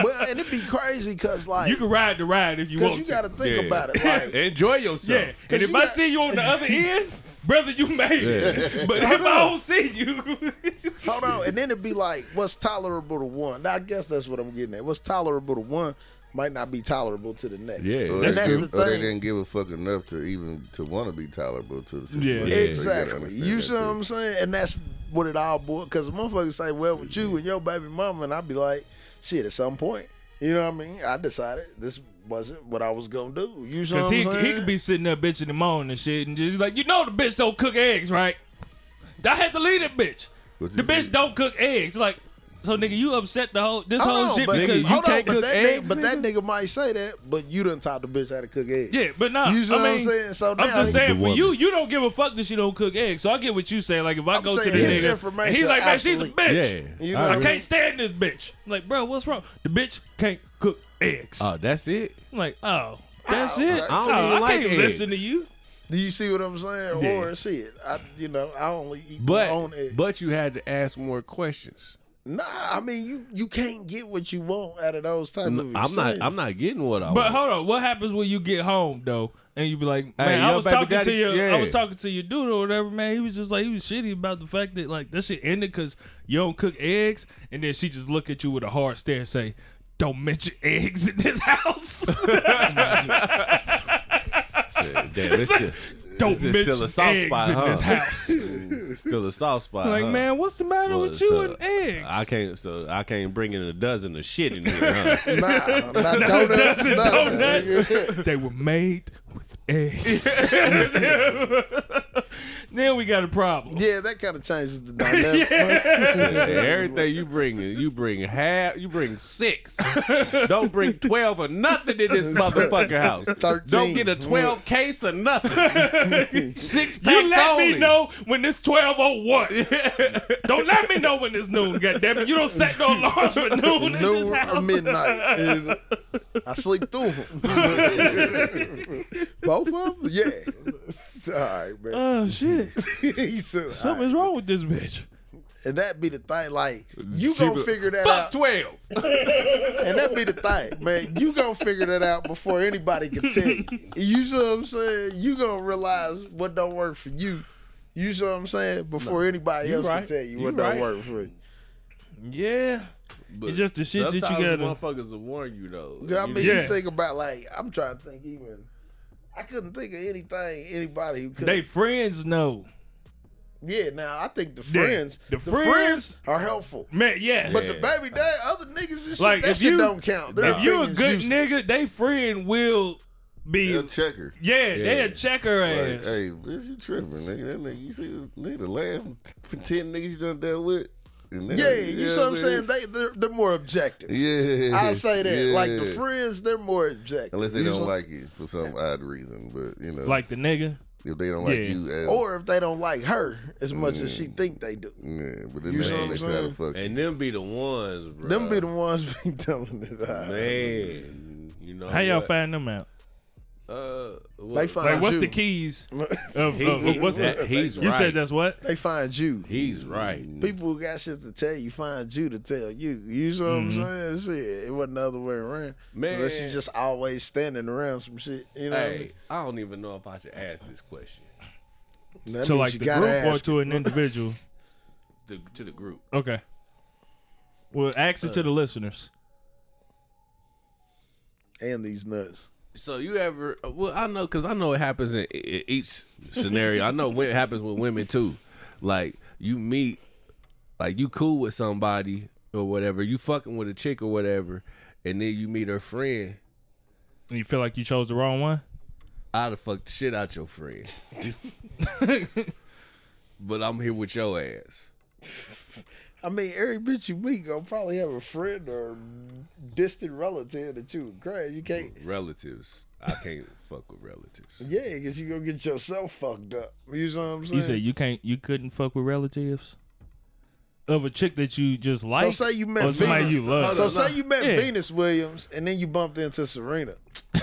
S2: well and it'd be crazy cause like
S3: you can ride the ride if you
S2: cause
S3: want
S2: you
S3: to.
S2: gotta think
S9: Yeah.
S2: about it. Like
S4: Enjoy yourself.
S3: yeah, and if
S2: you
S3: I
S2: got-
S3: see you on the other end, brother, you made it. But if I don't see you,
S2: Hold on, and then it'd be like, what's tolerable to one? Now, I guess that's what I'm getting at. What's tolerable to one might not be tolerable to the next.
S9: Yeah.
S7: Or
S9: And
S7: they,
S2: and that's
S7: give-
S2: the
S7: or they
S2: thing.
S7: didn't give a fuck enough to even to want to be tolerable to the
S3: Yeah.
S7: situation. So you gotta
S2: Exactly.
S7: understand
S2: You
S7: that
S2: see what
S7: too.
S2: I'm saying? And that's what it all boils. Because motherfuckers say, well, with
S7: Mm-hmm.
S2: you and your baby mama, and I'd be like, shit, at some point, you know what I mean? I decided this wasn't what I was gonna do. You see what
S3: Cause
S2: I'm
S3: he
S2: saying?
S3: he could be sitting there bitching and moaning and shit, and just like you know the bitch don't cook eggs, right? I had to leave that bitch.
S7: What you
S3: The bitch
S7: said?
S3: don't cook eggs. Like so, nigga, you upset the whole this
S2: Hold
S3: whole
S2: on,
S3: shit
S2: but-
S3: because you
S2: hold on,
S3: can't
S2: but
S3: cook
S2: that
S3: eggs.
S2: nigga, but that
S3: nigga?
S2: nigga might say that, but you done taught the bitch how to cook eggs.
S3: Yeah, but nah.
S2: You see
S3: I
S2: what I'm
S3: mean,
S2: saying? So
S3: I'm
S2: now
S3: just
S2: he-
S3: saying
S9: The
S3: for
S9: woman.
S3: you, you don't give a fuck that she don't cook eggs. So I get what you saying. Like if I
S2: I'm
S3: go to
S2: saying
S3: the
S2: his
S3: nigga, and
S2: information
S3: he's like, man, she's a
S2: obsolete.
S3: bitch.
S9: Yeah.
S2: You know
S9: I
S2: what
S3: I
S2: mean?
S3: can't stand this bitch. I'm like, bro, what's wrong? The bitch can't cook
S2: Uh,
S3: eggs.
S9: Oh, that's it.
S3: I'm like, oh, that's it.
S2: okay.
S9: I don't
S3: Oh,
S9: even
S3: I can't
S9: like
S3: listen to
S9: eggs.
S3: you.
S2: Do you see what I'm saying?
S3: Yeah.
S2: Or see it? I, you know, I only eat my own
S9: But
S2: egg.
S9: but you had to ask more questions.
S2: nah, I mean, you you can't get what you want out of those type of.
S9: I'm not.
S2: exchanges.
S9: I'm not getting what I
S3: But
S9: want.
S3: hold on, what happens when you get home though, and you be like,
S9: Hey,
S3: man, I
S9: your
S3: was
S9: baby
S3: talking to
S9: daddy-
S3: your,
S9: yeah.
S3: I was talking to your dude or whatever, man. He was just like, he was shitty about the fact that like that shit ended because you don't cook eggs, and then she just look at you with a hard stare and say, "Don't mention eggs in this house.
S9: Damn, it's still,
S3: don't
S9: This is
S3: mention
S9: still a soft
S3: eggs
S9: spot,
S3: in
S9: huh? Uh-huh.
S3: this house."
S9: still a soft spot.
S3: like,
S9: huh?
S3: man, what's the matter
S9: Well,
S3: with you
S9: so
S3: and eggs?
S9: uh, I can't. So I can't bring in a dozen of shit in here. Huh?
S2: Nah, not donuts.
S3: Dozen
S2: nothing,
S3: donuts.
S2: nigga.
S3: they were made with eggs. then we got a problem.
S2: yeah, that kind of changes the dynamic.
S9: Everything you bring, you bring half, you bring six. Don't bring twelve or nothing in this motherfucking house. Don't
S2: Thirteen.
S9: get a twelve case or nothing. Six packs
S3: You let
S9: only.
S3: me know when it's 1201. don't let me know when it's noon, goddammit. You don't set no alarms for noon in this
S2: Noon or
S3: house.
S2: midnight. I sleep through them. Both of them? Yeah. All right, man.
S3: Oh, shit.
S2: He said, all right.
S3: Something's wrong with this bitch.
S2: And that be the thing. Like, you gonna figure that
S4: Fuck
S2: out.
S4: twelve.
S2: And that be the thing, man. You gonna figure that out before anybody can tell you. You see what I'm saying? You gonna realize what don't work for you. You see what I'm saying? Before anybody
S3: you
S2: else
S3: right.
S2: can tell you
S3: You
S2: what
S3: right.
S2: don't work for you.
S3: Yeah. It's just the shit that you
S4: Sometimes
S3: gotta-
S4: Motherfuckers will warn you though.
S2: I mean,
S3: Yeah.
S2: you think about like I'm trying to think even. I couldn't think of anything anybody who could.
S3: They friends know.
S2: yeah, now I think the friends,
S3: The
S2: the,
S3: friends-
S2: friends, are helpful,
S3: Man, yes.
S2: but the baby dad, other niggas and shit,
S3: Like,
S2: that
S3: if
S2: shit
S3: you-
S2: don't count. Their
S3: if you a
S2: opinion's
S3: good
S2: useless.
S3: nigga, they friend will be.
S7: They'll check her.
S3: yeah, they'll check her
S7: Like,
S3: ass.
S7: hey, bitch, you tripping, nigga? That nigga, you see this nigga the last f- ten niggas you done dealt with? And they-
S2: yeah, you see what I'm saying?
S7: I
S2: They they're, they're more objective.
S7: mean? Yeah,
S2: I say that like the
S7: yeah.
S2: friends, they're more objective.
S7: Unless they
S2: You
S7: don't
S2: know?
S7: like you for some odd reason, but you know,
S3: Like the nigga.
S7: if they don't like
S3: yeah.
S7: you, as,
S2: or if they don't like her as much as
S7: Mm.
S2: she think they do.
S7: yeah, but then
S2: You
S7: they
S2: see what I'm
S7: they try to
S2: saying?
S7: fuck you.
S4: And them be the ones, bro.
S2: uh, Them be the ones be telling it.
S4: man. You You
S9: Oh,
S4: know
S3: How y'all
S4: what?
S3: find them out?
S4: Uh,
S2: They
S4: well,
S2: find
S3: Like, what's
S2: you.
S3: the keys of, of-
S4: he,
S3: of- what's
S4: that,
S3: the,
S4: he's
S3: You
S4: right.
S3: said that's what?
S2: They find you.
S4: He's right.
S2: People who got shit to tell you find you to tell you. You see what
S3: Mm-hmm.
S2: I'm saying? Shit, it wasn't the other way around.
S4: Man.
S2: Unless you just always standing around some shit. You know, what I mean?
S4: Hey, I don't even know if I should ask this question
S2: That
S3: So
S2: means
S3: like
S2: you
S3: the
S2: gotta
S3: group or
S2: ask
S3: to
S2: it.
S3: an individual?
S4: to, to the group.
S3: Okay. Uh, Well, ask it to the listeners.
S2: and these nuts.
S4: So you ever? Well, I know because I know it happens in, in each scenario. I know when it happens with women too. Like you meet, like you cool with somebody or whatever. You fucking with a chick or whatever, and then you meet her friend.
S3: And you feel like you chose the wrong one?
S4: I'd have fucked the shit out your friend. but I'm here with your ass.
S2: I mean, every bitch you meet gonna probably have a friend or distant relative that you would crash. You can't.
S4: Relatives, I can't fuck with relatives.
S2: Yeah, because you gonna get yourself fucked up. You know what I'm saying?
S3: You said you can't, you couldn't fuck with relatives of a chick that you just like.
S2: so say you met
S3: or somebody
S2: Venus.
S3: you love.
S2: So say you met
S3: Yeah.
S2: Venus Williams and then you bumped into Serena.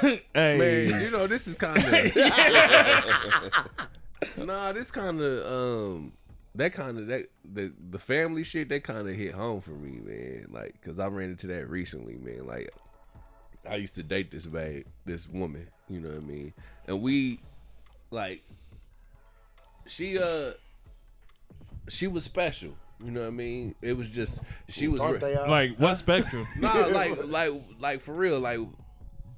S3: Hey,
S4: Man, you know this is kind of nah. This kind of um, that kind of that the the family shit that kind of hit home for me, man. Like, cause I ran into that recently, man. Like, I used to date this babe, this woman. You know what I mean? And we, like, she uh, she was special. You know what I mean? It was just she was
S2: Aren't
S4: re-
S2: they all?
S3: like what spectrum?
S4: nah, like like like for real, like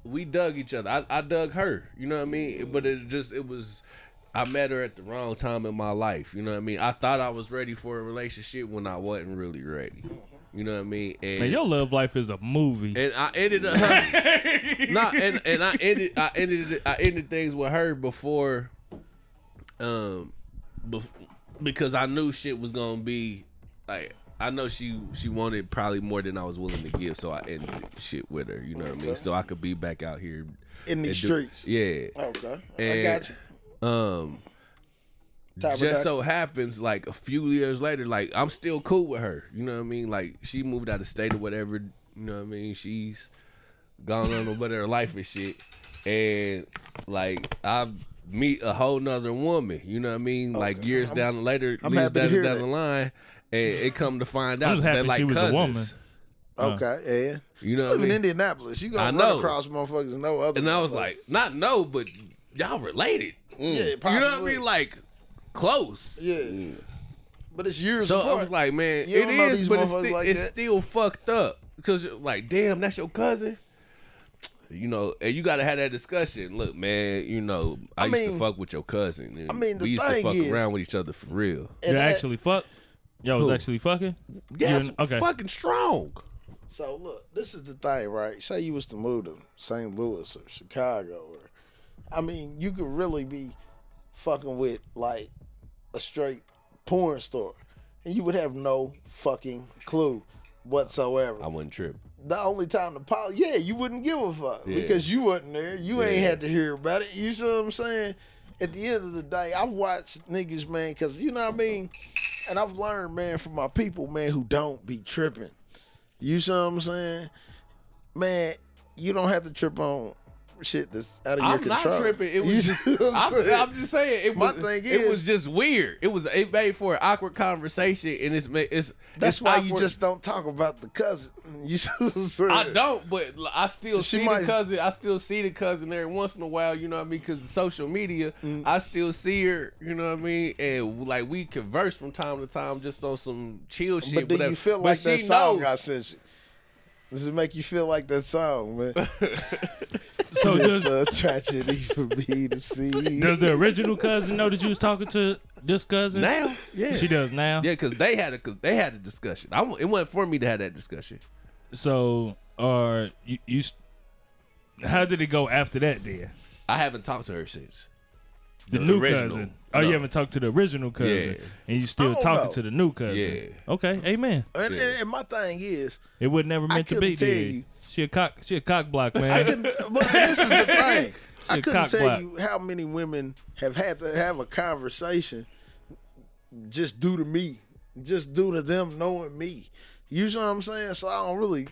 S4: we dug each other. I, I dug her. You know what I mean? But it just it was I met her at the wrong time in my life. You know what I mean? I thought I was ready for a relationship when I wasn't really ready. You know what I mean? And
S3: Man, your love life is a movie.
S4: and I ended up nah, and and I ended I ended it- I ended things with her before um bef- because I knew shit was going to be like I know she she wanted probably more than I was willing to give so I ended shit with her, you know what I mean? So I could be back out here
S2: In the
S4: and do-
S2: streets.
S4: Yeah.
S2: Okay. I
S4: And-
S2: got you.
S4: Um just so happens like a few years later like i'm still cool with her you know what i mean like she moved out of state or whatever you know what i mean she's gone on about her life and shit and like i meet a whole nother woman you know what i mean like years down later
S2: I'm
S4: years
S2: happy to
S4: down,
S2: hear
S4: down
S2: that.
S4: the line and it come to find out
S3: was
S4: that
S3: happy
S4: they like
S3: she was a
S4: cousins.
S3: woman.
S2: okay. Yeah.
S4: uh, you know
S2: You
S4: what
S2: live
S4: i
S2: in
S4: mean
S2: Indianapolis. You
S4: I
S2: gonna run
S4: know.
S2: across motherfuckers no other.
S4: and i was
S2: motherfuckers.
S4: like not no but y'all related
S7: mm,
S2: yeah, possibly.
S4: you know what i mean like close
S2: yeah. But it's years
S4: So
S2: apart.
S4: I was like, man,
S2: You
S4: it
S2: don't know
S4: is,
S2: these
S4: but it's,
S2: motherfuckers
S4: sti-
S2: like
S4: it's
S2: that.
S4: still fucked up because like, damn, that's your cousin. You know, and you gotta have that discussion. Look, man, you know, I,
S2: I
S4: used
S2: mean-
S4: to fuck with your cousin. and
S2: I mean, the
S4: we used to
S2: thing
S4: fuck
S2: is-
S4: around with each other for real.
S2: And
S3: You
S2: that-
S3: actually fucked. Y'all was actually fucking.
S4: Yes,
S3: and- okay.
S4: fucking strong.
S2: So look, this is the thing, right? Say you was to move to St. Louis or Chicago, or I mean, you could really be fucking with like a straight porn star, and you would have no fucking clue whatsoever.
S4: I wouldn't trip.
S2: the only time to pop, yeah, you wouldn't give a fuck because you wasn't there. You ain't had to hear about it. You see what I'm saying? At the end of the day, I've watched niggas, man, because you know what I mean? And I've learned, man, from my people, man, who don't be tripping. You see what I'm saying? Man, you don't have to trip on shit that's out of your
S4: I'm not
S2: control.
S4: tripping. It
S2: You
S4: was
S2: see
S4: just,
S2: what
S4: I'm,
S2: saying?
S4: I'm just saying. It
S2: My
S4: was,
S2: thing
S4: it was
S2: is-
S4: just weird. It was it made for an awkward conversation, and it's ma- it's
S2: that's
S4: it's
S2: why you
S4: awkward.
S2: just don't talk about the cousin. You see what I'm saying?
S4: I don't, but l- I still
S2: She
S4: see
S2: might-
S4: the cousin. I still see the cousin every once in a while. You know what I mean? Because social media,
S2: Mm.
S4: I still see her. You know what I mean? And like we converse from time to time, just on some chill shit.
S2: But do
S4: whatever.
S2: you feel
S4: But
S2: like that
S4: she
S2: song I
S4: knows-
S2: sent you? Does it make you feel like that song, man?
S3: So
S2: it's
S3: does
S2: a tragedy for me to see.
S3: does the original cousin know that you was talking to this cousin?
S4: now? Yeah,
S3: She does now.
S4: Yeah, because they had a 'cause they had a discussion. I, wa- it wasn't for me to have that discussion.
S3: So are you, you? s- How did it go after that? Then
S4: I haven't talked to her since.
S3: the,
S4: The
S3: new
S4: original.
S3: cousin. Oh, you
S4: No.
S3: haven't talked to the original cousin,
S4: Yeah.
S3: and you still
S2: don't
S3: talking
S2: know.
S3: to the new cousin.
S4: Yeah.
S3: Okay. Amen.
S2: And, and, and my thing is,
S3: It was never meant to
S2: couldn't
S3: be.
S2: tell
S3: dude.
S2: you.
S3: She a cock. She a cock block
S2: I
S3: man.
S2: couldn't, but this is the thing. I
S3: Shit,
S2: couldn't
S3: cock
S2: tell
S3: block.
S2: you how many women have had to have a conversation just due to me, just due to them knowing me. You know what I'm saying? So I don't really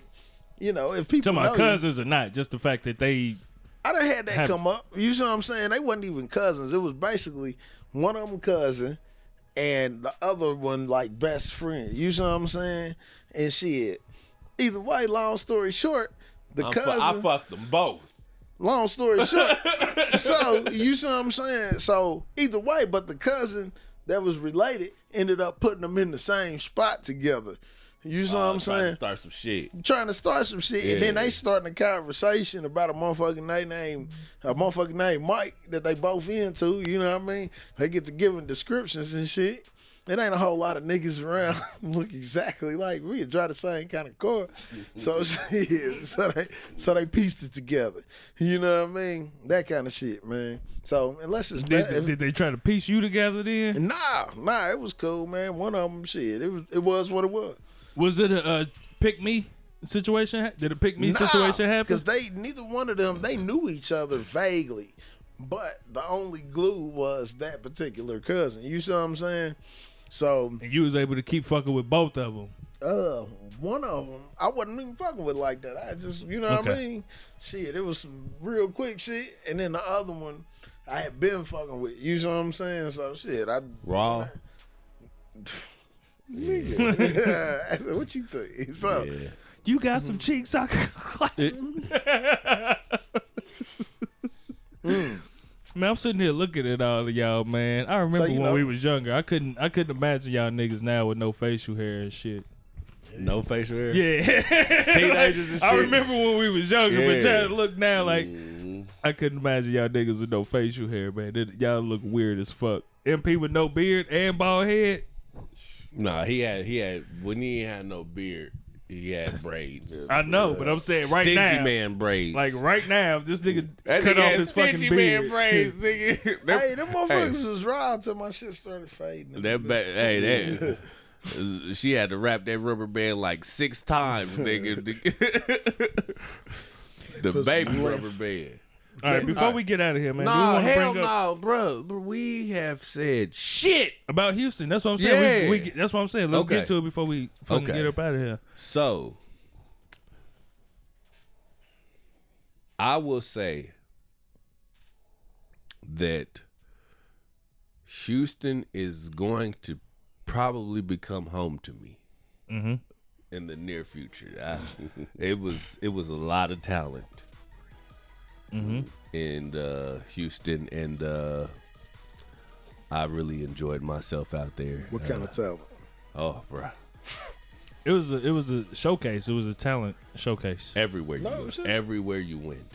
S2: You know, if people
S3: To my
S2: know you-
S3: cousins or not, just the fact that they
S2: I done had that
S3: Have-
S2: come up. You see what I'm saying? They wasn't even cousins. It was basically one of them cousin and the other one like best friend. You see what I'm saying? And shit. Either way, long story short, the
S9: I'm fu-
S2: cousin.
S9: I fucked them both.
S2: Long story short. so you see what I'm saying? So either way, but the cousin that was related ended up putting them in the same spot together. You see what I'm
S9: Trying to
S2: saying?
S9: Start some shit.
S2: trying to start some shit, and then they starting a conversation about a motherfucking name, name a motherfucking name Mike that they both into. You know what I mean? They get to giving descriptions and shit. It ain't a whole lot of niggas around look exactly like we drive the same kind of car. So shit, so they so they pieced it together. You know what I mean? That kind of shit, man. So unless it's
S3: did,
S2: bad, if-
S3: did they try to piece you together then?
S2: nah, nah, it was cool, man. One of them shit, it was it was what it was.
S3: Was it a uh, pick me situation? ha- Did a pick me situation happen?
S2: Because they neither one of them they knew each other vaguely, but the only glue was that particular cousin. You see what I'm saying? So
S3: And you was able to keep fucking with both of them.
S2: uh, one of them I wasn't even fucking with like that. I just you know what I
S3: Okay.
S2: mean? Shit, it was some real quick shit, and then the other one I had been fucking with. You see what I'm saying? So shit, I
S9: Raw.
S2: nigga, what you think? So
S3: You got some cheeks I could like. Mm. Man, I'm sitting here looking at all of y'all, man. I remember
S2: you
S3: when
S2: know-
S3: we was younger. I couldn't I couldn't imagine y'all niggas now with no facial hair and shit.
S9: No facial hair.
S3: Yeah.
S9: Teenagers and
S3: I
S9: shit.
S3: remember when we was younger, but
S9: Yeah. Mm-hmm.
S3: trying to look now like I couldn't imagine y'all niggas with no facial hair, man. It- y'all look weird as fuck. MP with no beard and bald head.
S9: Nah, he had he had when he ain't had no beard, he had braids.
S3: I know, but I'm saying right
S9: Stingy
S3: now,
S9: man braids.
S3: like right now, if this nigga
S9: that
S3: cut
S9: nigga
S3: off
S9: had
S3: his
S9: stingy
S3: fucking
S9: man
S3: beard.
S9: braids, nigga. That,
S2: hey, them motherfuckers was raw until my shit started fading.
S9: that ba- hey that. She had to wrap that rubber band like six times, nigga. the baby rubber band.
S3: All right, before we get out of here, man, do we
S4: Nah,
S3: want to
S4: hell
S3: bring
S4: no,
S3: up
S4: bro. We have said shit.
S3: about Houston? That's what I'm saying. We,
S4: Yeah.
S3: we get- that's what I'm saying. Let's
S4: Okay.
S3: get to it before we fucking
S4: Okay.
S3: get up out of here.
S4: So I will say that Houston is going to probably become home to me in the near future. I, it was it was a lot of talent in uh, Houston, and uh, I really enjoyed myself out there.
S2: What kind of talent?
S4: Oh, bruh.
S3: It was a, it was a showcase. It was a talent showcase.
S4: everywhere you went, everywhere you went,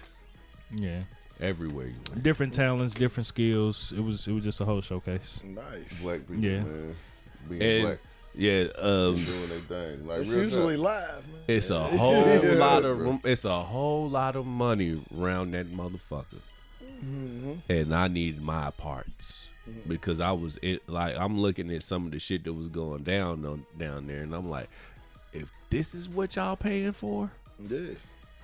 S3: Yeah,
S4: everywhere you went.
S3: different talents, different skills. It was it was just a whole showcase.
S2: Nice.
S7: Black people,
S3: Yeah.
S7: man. Being
S4: And
S7: black,
S4: yeah, um,
S7: doing their thing. Like
S2: It's
S7: real
S2: usually
S7: talk.
S2: live, man.
S4: it's a whole
S7: Yeah.
S4: lot of it's a whole lot of money around that motherfucker, and I needed my parts because I was it like I'm looking at some of the shit that was going down on, down there, and I'm like, if this is what y'all paying for,
S2: Yeah.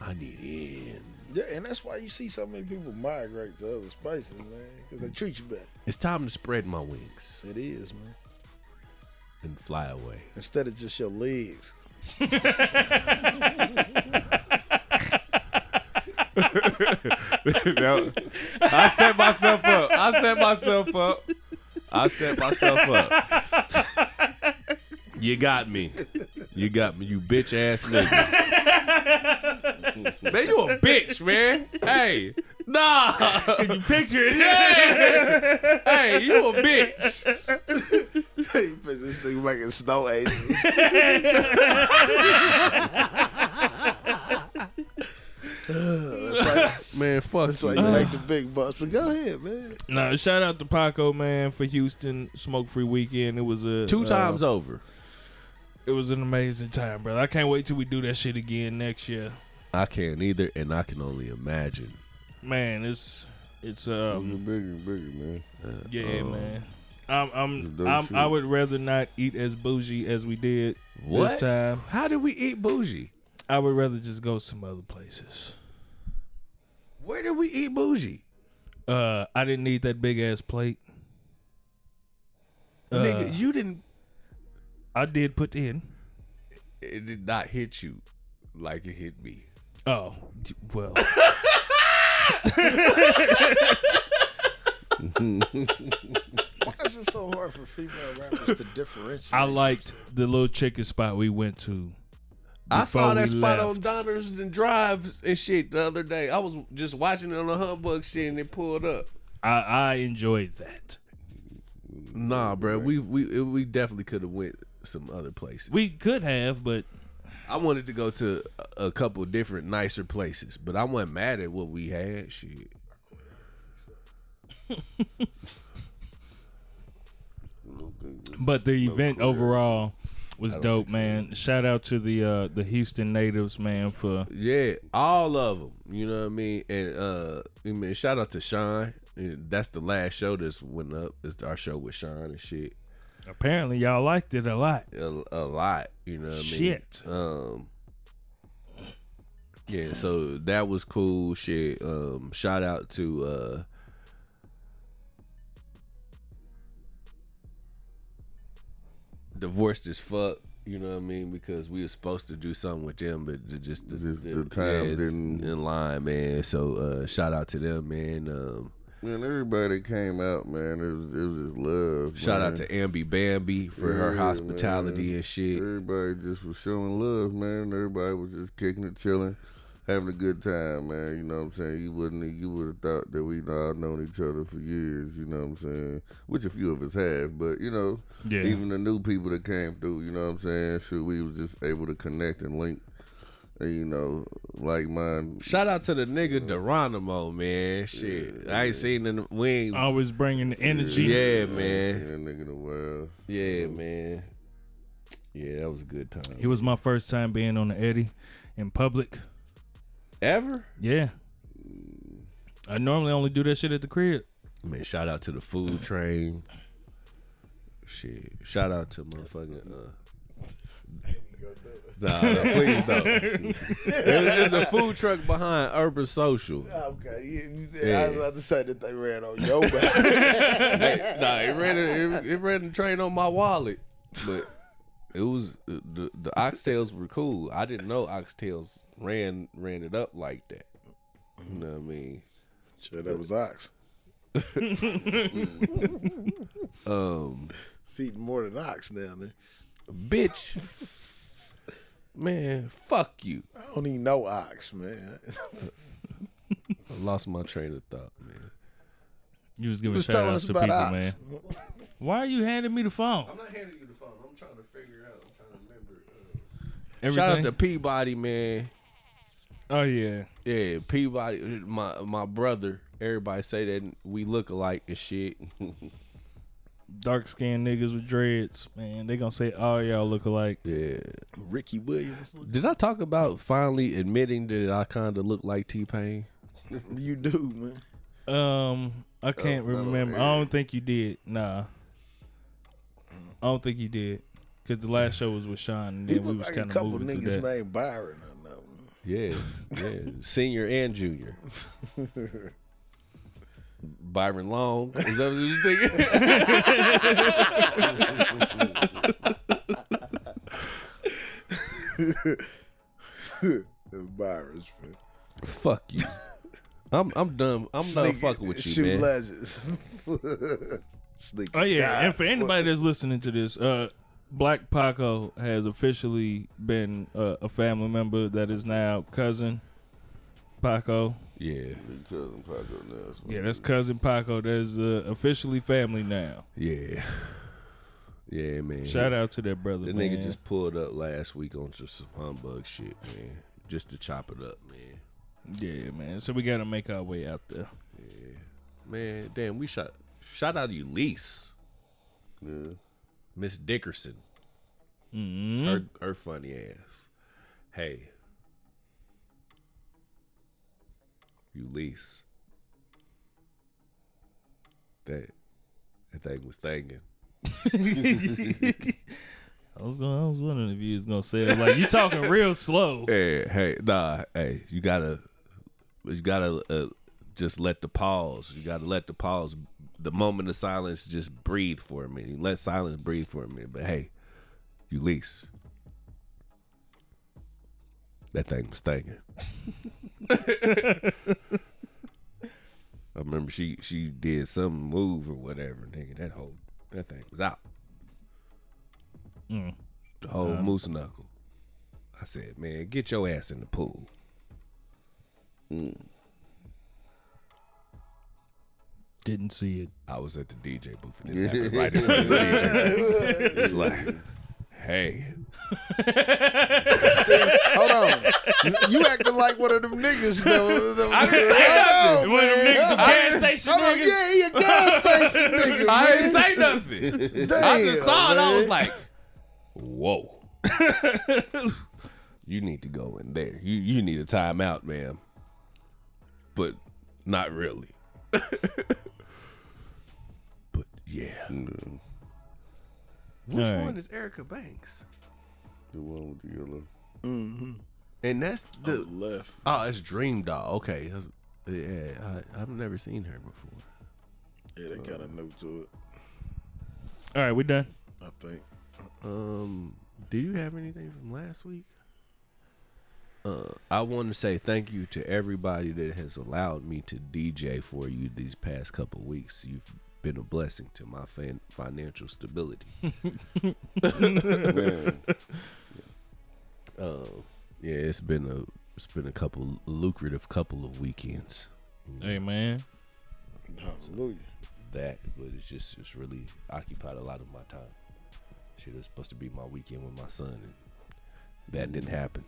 S4: I need in.
S2: Yeah, and that's why you see so many people migrate to other spaces, man, because they treat you better.
S4: It's time to spread my wings
S2: It is, man.
S4: and fly away.
S2: Instead of just your legs.
S9: No. I set myself up. I set myself up.
S4: I set myself up. You got me. You got me, you bitch ass nigga.
S9: Man, you a bitch, man. Hey, nah.
S3: You picture it.
S9: Hey, you a bitch.
S2: Hey, but this nigga making snow angels.
S4: Man, fuck
S2: That's why you
S3: Uh.
S2: make the big bucks. But go ahead, man.
S3: Nah, shout out to Paco man for Houston smoke free weekend. It was a
S4: Two
S3: uh,
S4: times over.
S3: It was an amazing time, brother. I can't wait till we do that shit again next year.
S4: I can't either, and I can only imagine.
S3: Man, it's it's um
S7: Bigger, and bigger, man.
S3: yeah, man. I'm I'm,
S7: Um, dope
S3: I'm I
S7: shit.
S3: would rather not eat as bougie as we did
S4: What?
S3: this time.
S4: How did we eat bougie?
S3: I would rather just go some other places.
S4: Where did we eat bougie?
S3: Uh, I didn't need that big ass plate.
S4: Nigga, you didn't.
S3: I did put in.
S4: It did not hit you
S9: like it hit me.
S3: Oh, d- well.
S2: That's just so hard for female rappers to differentiate.
S3: I liked the little chicken spot we went to.
S9: I
S3: before
S9: saw that
S3: we
S9: spot on
S3: left.
S9: Donners and Drives and shit the other day. I was just watching it on the humbug shit and it pulled up.
S3: I, I enjoyed that.
S9: Nah, bro, we we we definitely could have went some other places.
S3: We could have, but
S9: I wanted to go to a a couple different nicer places, but I wasn't mad at what we had. Shit,
S3: but the event overall was dope, man. Shout out to the uh, the Houston natives, man, for
S9: yeah, all of them. You know what I mean? And uh, I mean, shout out to Sean. And That's the last show that's went up. It's our show with Sean and shit.
S3: apparently y'all liked it a lot.
S9: a, a lot. You know what I mean?
S3: Shit.
S9: Um. Yeah, so that was cool shit. Um, shout out to uh divorced as fuck. You know what I mean? Because we were supposed to do something with them, but the- just the,
S7: Just the time
S9: it's
S7: didn't-
S9: in line, man. So uh, shout out to them, man. Um,
S7: Man, everybody came out, man. It was it was just love.
S9: shout
S7: man.
S9: out to Ambi Bambi for her
S7: Yeah,
S9: hospitality
S7: man.
S9: and shit.
S7: Everybody just was showing love, man. Everybody was just kicking it, chilling, having a good time, man. You know what I'm saying? You wouldn't, you would have thought that we all known each other for years. You know what I'm saying? Which a few of us have, but you know,
S3: Yeah.
S7: even the new people that came through, you know what I'm saying? Sure, we was just able to connect and link. And, you know, like mine.
S9: Shout out to the nigga Geronimo, man. Shit, I ain't seen in the wing.
S3: Always bringing the energy.
S9: yeah,
S7: I ain't
S9: man.
S7: seen that nigga in a while.
S9: Yeah, man. Yeah, that was a good time.
S3: It was my first time being on the Eddie in public.
S9: Ever?
S3: Yeah. I normally only do that shit at the crib.
S9: Man, shout out to the food train. Shit, shout out to motherfucking. Uh, Nah, no, please don't. There's a food truck behind Urban Social.
S2: Okay, you, you, I was about to say that they ran on your back.
S9: nah, it ran it, it ran the train on my wallet, but it was the the oxtails were cool. I didn't know oxtails ran ran it up like that. You know what I mean?
S2: Shit, that was ox. Mm.
S9: Um,
S2: It's eating more than ox down there.
S9: bitch, man, fuck you.
S2: I don't even know ox, man.
S9: I lost my train of thought, man.
S3: You was giving
S2: Who's
S3: shout
S2: telling us
S3: outs to
S2: about
S3: people,
S2: ox?
S3: man. Why are you handing me the phone?
S9: not handing you the phone. I'm trying to figure out. I'm trying to remember. Shout out
S3: Everything?
S9: to Peabody, man.
S3: oh yeah.
S9: Yeah, Peabody, my my brother. Everybody say that we look alike and shit.
S3: Dark skinned niggas with dreads, man. They gonna say all y'all look alike.
S9: Yeah.
S2: Ricky Williams.
S9: Did I talk about finally admitting that I kind of look like T Pain?
S2: You do, man.
S3: Um,
S2: Oh,
S3: I can't remember. I don't think you did. Nah. I don't think you did. Cause the last show was with Sean, and
S2: You
S3: then we
S2: look
S3: was
S2: like a
S3: kind of
S2: couple
S3: moving
S2: niggas
S3: through that.
S2: named Byron or nothing.
S9: Yeah, yeah, senior and junior. Byron Long. Is that what you thinking?
S2: Byron's, man.
S9: Fuck you. I'm I'm done. I'm done
S2: Sneaky-
S9: fucking with you,
S2: shoot
S9: man.
S2: legends. Sneaky
S3: Oh yeah, and
S2: guys.
S3: for anybody that's listening to this, uh, Black Paco has officially been uh, a family member that is now cousin Paco.
S9: Yeah,
S7: Big cousin Paco Nelson.
S3: Yeah, that's cousin Paco. That's uh, officially family now.
S9: yeah, yeah, man.
S3: Shout out to that brother.
S9: That
S3: man.
S9: nigga just pulled up last week on just some humbug shit, man. Just to chop it up, man.
S3: yeah, man. So we gotta make our way out there.
S9: Man, damn, we shot. Shout out to Elise,
S7: Yeah.
S9: Miss Dickerson.
S3: Mm-hmm.
S9: her, her funny ass. Hey, Ulysses, that that thing was thinking.
S3: I was going. I was wondering if you was gonna say it. like you talking real slow.
S9: Hey, hey, nah, hey, you gotta, you gotta uh, just let the pause. You gotta let the pause, the moment of silence, just breathe for a minute. Let silence breathe for a minute. But hey, Ulysses, That thing was stinking. I remember she she did some move or whatever, nigga. That whole that thing was out. The whole moose knuckle. I said, man, get your ass in the pool.
S3: Didn't see it.
S9: I was at the DJ booth and it happened right in front of the DJ. It's like, hey,
S2: Hold on. You acting like one of them niggas though. I didn't say
S3: nothing. One of them niggas, the gas station niggas.
S2: Yeah, he a gas station nigga.
S9: I
S2: man.
S9: didn't say nothing.
S2: Damn,
S9: I just saw it. I
S2: man.
S9: was like, whoa. you need to go in there. You you need a timeout, ma'am. But not really. but yeah.
S10: Which
S3: All right.
S10: one is Erica Banks?
S7: The one with the yellow.
S9: And that's the
S2: left.
S9: oh, it's Dream Doll. Okay, that's- yeah, I, I've never seen her before.
S2: Yeah, they kind of new to it,
S3: All right, we done.
S2: I think.
S9: Um, do you have anything from last week? Uh, I want to say thank you to everybody that has allowed me to DJ for you these past couple weeks. You've been a blessing to my fan- financial stability.
S7: Man,
S9: uh, yeah, it's been a it's been a couple lucrative couple of weekends.
S3: Hey man,
S2: Hallelujah.
S9: That, but it's just it's really occupied a lot of my time. Shit, it's supposed to be my weekend with my son, and that didn't happen.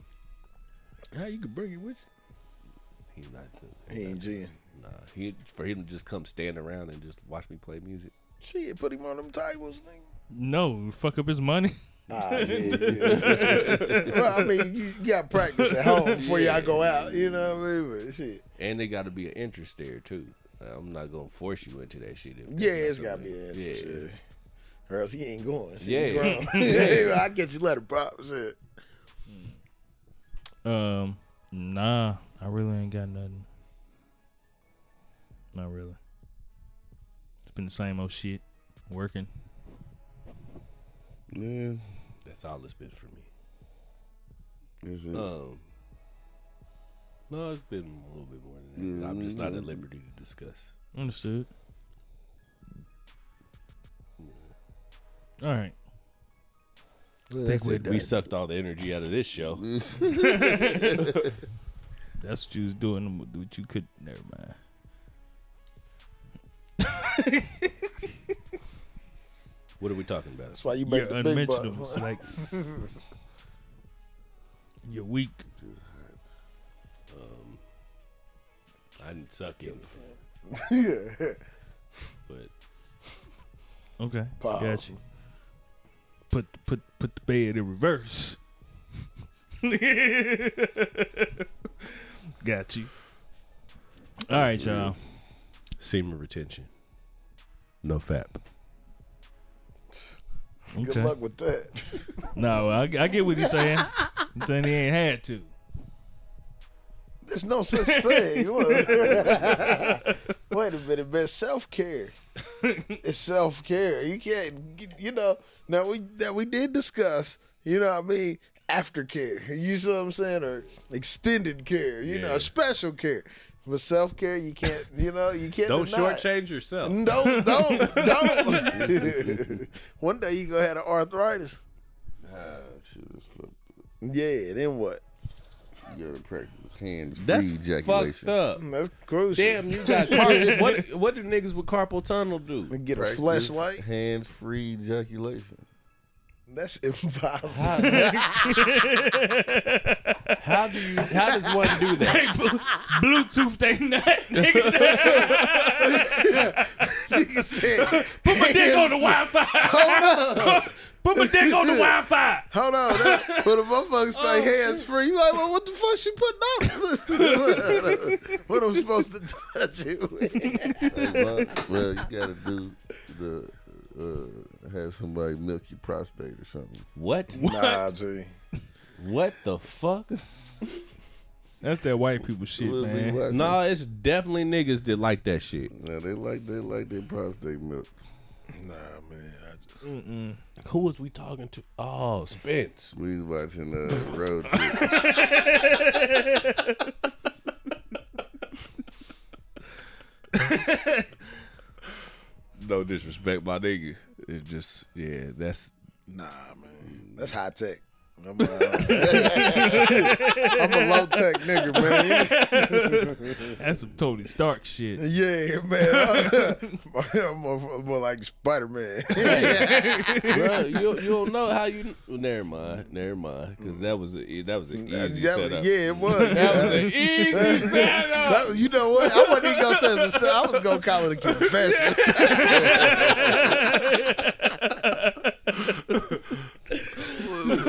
S2: How you could bring it with
S9: He's not.
S2: you? He ain't Jen.
S9: Nah, he for him to just come stand around and just watch me play music.
S2: Shit, put him on them tables, nigga.
S3: no, fuck up his money.
S2: Ah, yeah, yeah. well, I mean, you got practice at home before y'all go out. You know what I mean? But shit.
S9: And they got to be an interest there too. I'm not gonna force you into that shit. if that's
S2: Yeah,
S9: not
S2: it's got to be
S9: something-
S2: that.
S9: Yeah,
S2: Shit. Or else he ain't going. Shit,
S9: Yeah.
S2: he grown. I get you letter prop. Shit.
S3: Um, nah, I really ain't got nothing. Not really. It's been the same old shit. Working.
S7: yeah.
S9: that's all it's been for me.
S7: That's it.
S9: Um, no, it's been a little bit more than that. I'm just
S2: Mm-hmm.
S9: not at liberty to discuss.
S3: Understood. All right.
S9: That's it. we sucked all the energy out of this show.
S3: That's what you was doing. What you could. Never mind.
S9: What are we talking about?
S2: That's why you make
S3: Your
S2: the big
S3: unmentionables.
S2: bucks.
S3: Like, you're weak.
S9: I didn't suck anything,
S2: yeah.
S9: but
S3: Okay.
S2: Pause.
S3: Got you. Put, put, put the bed in reverse. Got you. All right, y'all.
S9: semen retention, no fap.
S2: Good
S3: Okay.
S2: luck with that.
S3: No, I, I get what he's saying. He's saying he ain't had to.
S2: There's no such thing. Look. Wait a minute, man. Self care. It's self care. You can't, get- you know. Now we that we did discuss. You know what I mean? Aftercare. You see what I'm saying? Or extended care. You know, special care. But self care, you can't. You know, you can't.
S11: Don't
S2: deny it.
S11: shortchange yourself.
S2: Don't don't don't. One day you gonna have an arthritis.
S7: Shit is fucked up.
S2: Yeah. Then what?
S7: You gotta practice hands
S9: That's
S7: free
S9: fucked
S7: ejaculation.
S9: up.
S2: That's crucial.
S9: Damn, you got car- what? What do niggas with carpal tunnel do?
S2: Get a
S7: Practice
S2: flashlight.
S7: Hands free ejaculation.
S2: That's impossible.
S9: How do you? How does one do that?
S3: Bluetooth they nut, nigga.
S2: Nigga said,
S3: Put my dick on the Wi-Fi.
S2: hold on,
S3: Put my dick on the Wi-Fi.
S2: hold on. That, but the motherfucker
S7: Oh,
S2: say hands free. You like, well, what the fuck she putting on? it? what I'm supposed to touch it with?
S7: well, well, you gotta do the uh, have somebody milk your prostate or something.
S9: What?
S2: Nah, G.
S9: What the fuck?
S3: That's that white people shit,
S7: We'll be
S3: man.
S7: watching.
S9: Nah, it's definitely niggas that like that shit.
S7: Nah, they like they like their prostate milk.
S2: Nah, man. I just,
S9: Who was we talking to? Oh, Spence.
S7: We was watching uh, road trip.
S9: disrespect my nigga. It just yeah, that's
S2: Nah, man, that's high tech. I'm, uh, I'm a low tech nigga, man.
S3: That's some Tony Stark shit.
S2: Yeah, man. I'm more, more like Spider Man.
S9: Bruh, you you don't know how you. Well, never mind, never mind, because that was a, that was an easy setup.
S2: yeah, it was. That was
S9: Easy
S2: That was- you know what? I wasn't even gonna say it was a sin. I was gonna call it a confession.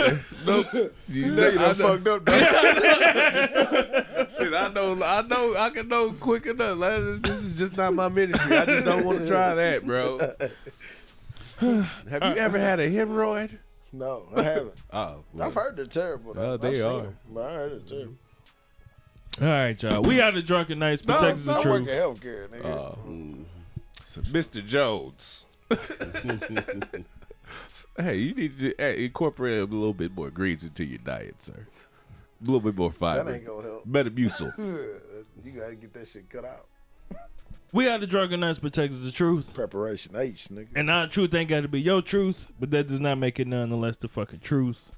S9: You
S2: Now
S9: know,
S2: you
S9: I,
S2: done
S9: know,
S2: fucked up. dog.
S9: shit, I know, I know, I can know quick enough. Like, This is just not my ministry. I just don't want to try that, bro. Have you ever had a hemorrhoid?
S2: No, I haven't.
S9: Oh,
S2: I've heard they're terrible. Though.
S9: Uh, they
S2: I've seen
S9: are.
S2: them, but I heard they're terrible.
S3: All right, y'all. We out of drunken nights. Protect the
S2: I work in
S3: truth.
S2: healthcare, nigga.
S9: Mr. Jones. hey, you need to hey, incorporate a little bit more greens into your diet, sir. A little bit more
S2: that
S9: fiber.
S2: ain't gonna help.
S9: Metamucil.
S2: You gotta get that shit cut out.
S3: We out of drunken nights. Protect the truth.
S2: Preparation H, nigga.
S3: And our truth ain't got to be your truth, but that does not make it nonetheless the fucking truth.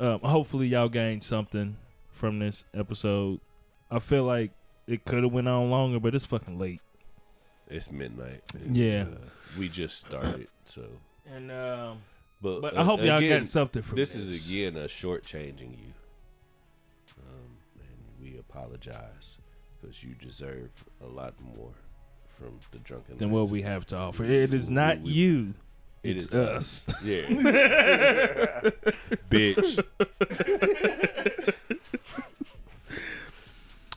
S3: Um, hopefully, y'all gained something from this episode. I feel like it could have went on longer, but it's fucking late.
S9: it's midnight.
S3: Yeah.
S9: Uh, we just started, so.
S3: And um,
S9: But,
S3: but
S9: uh,
S3: I hope y'all
S9: again,
S3: got something from
S9: This
S3: this.
S9: is again a shortchanging you, um, and we apologize because you deserve a lot more from the drunken.
S3: than what
S9: Knights.
S3: we have to offer. It is not
S9: we-
S3: you.
S9: It
S3: it's
S9: is
S3: us.
S9: Yeah. Bitch.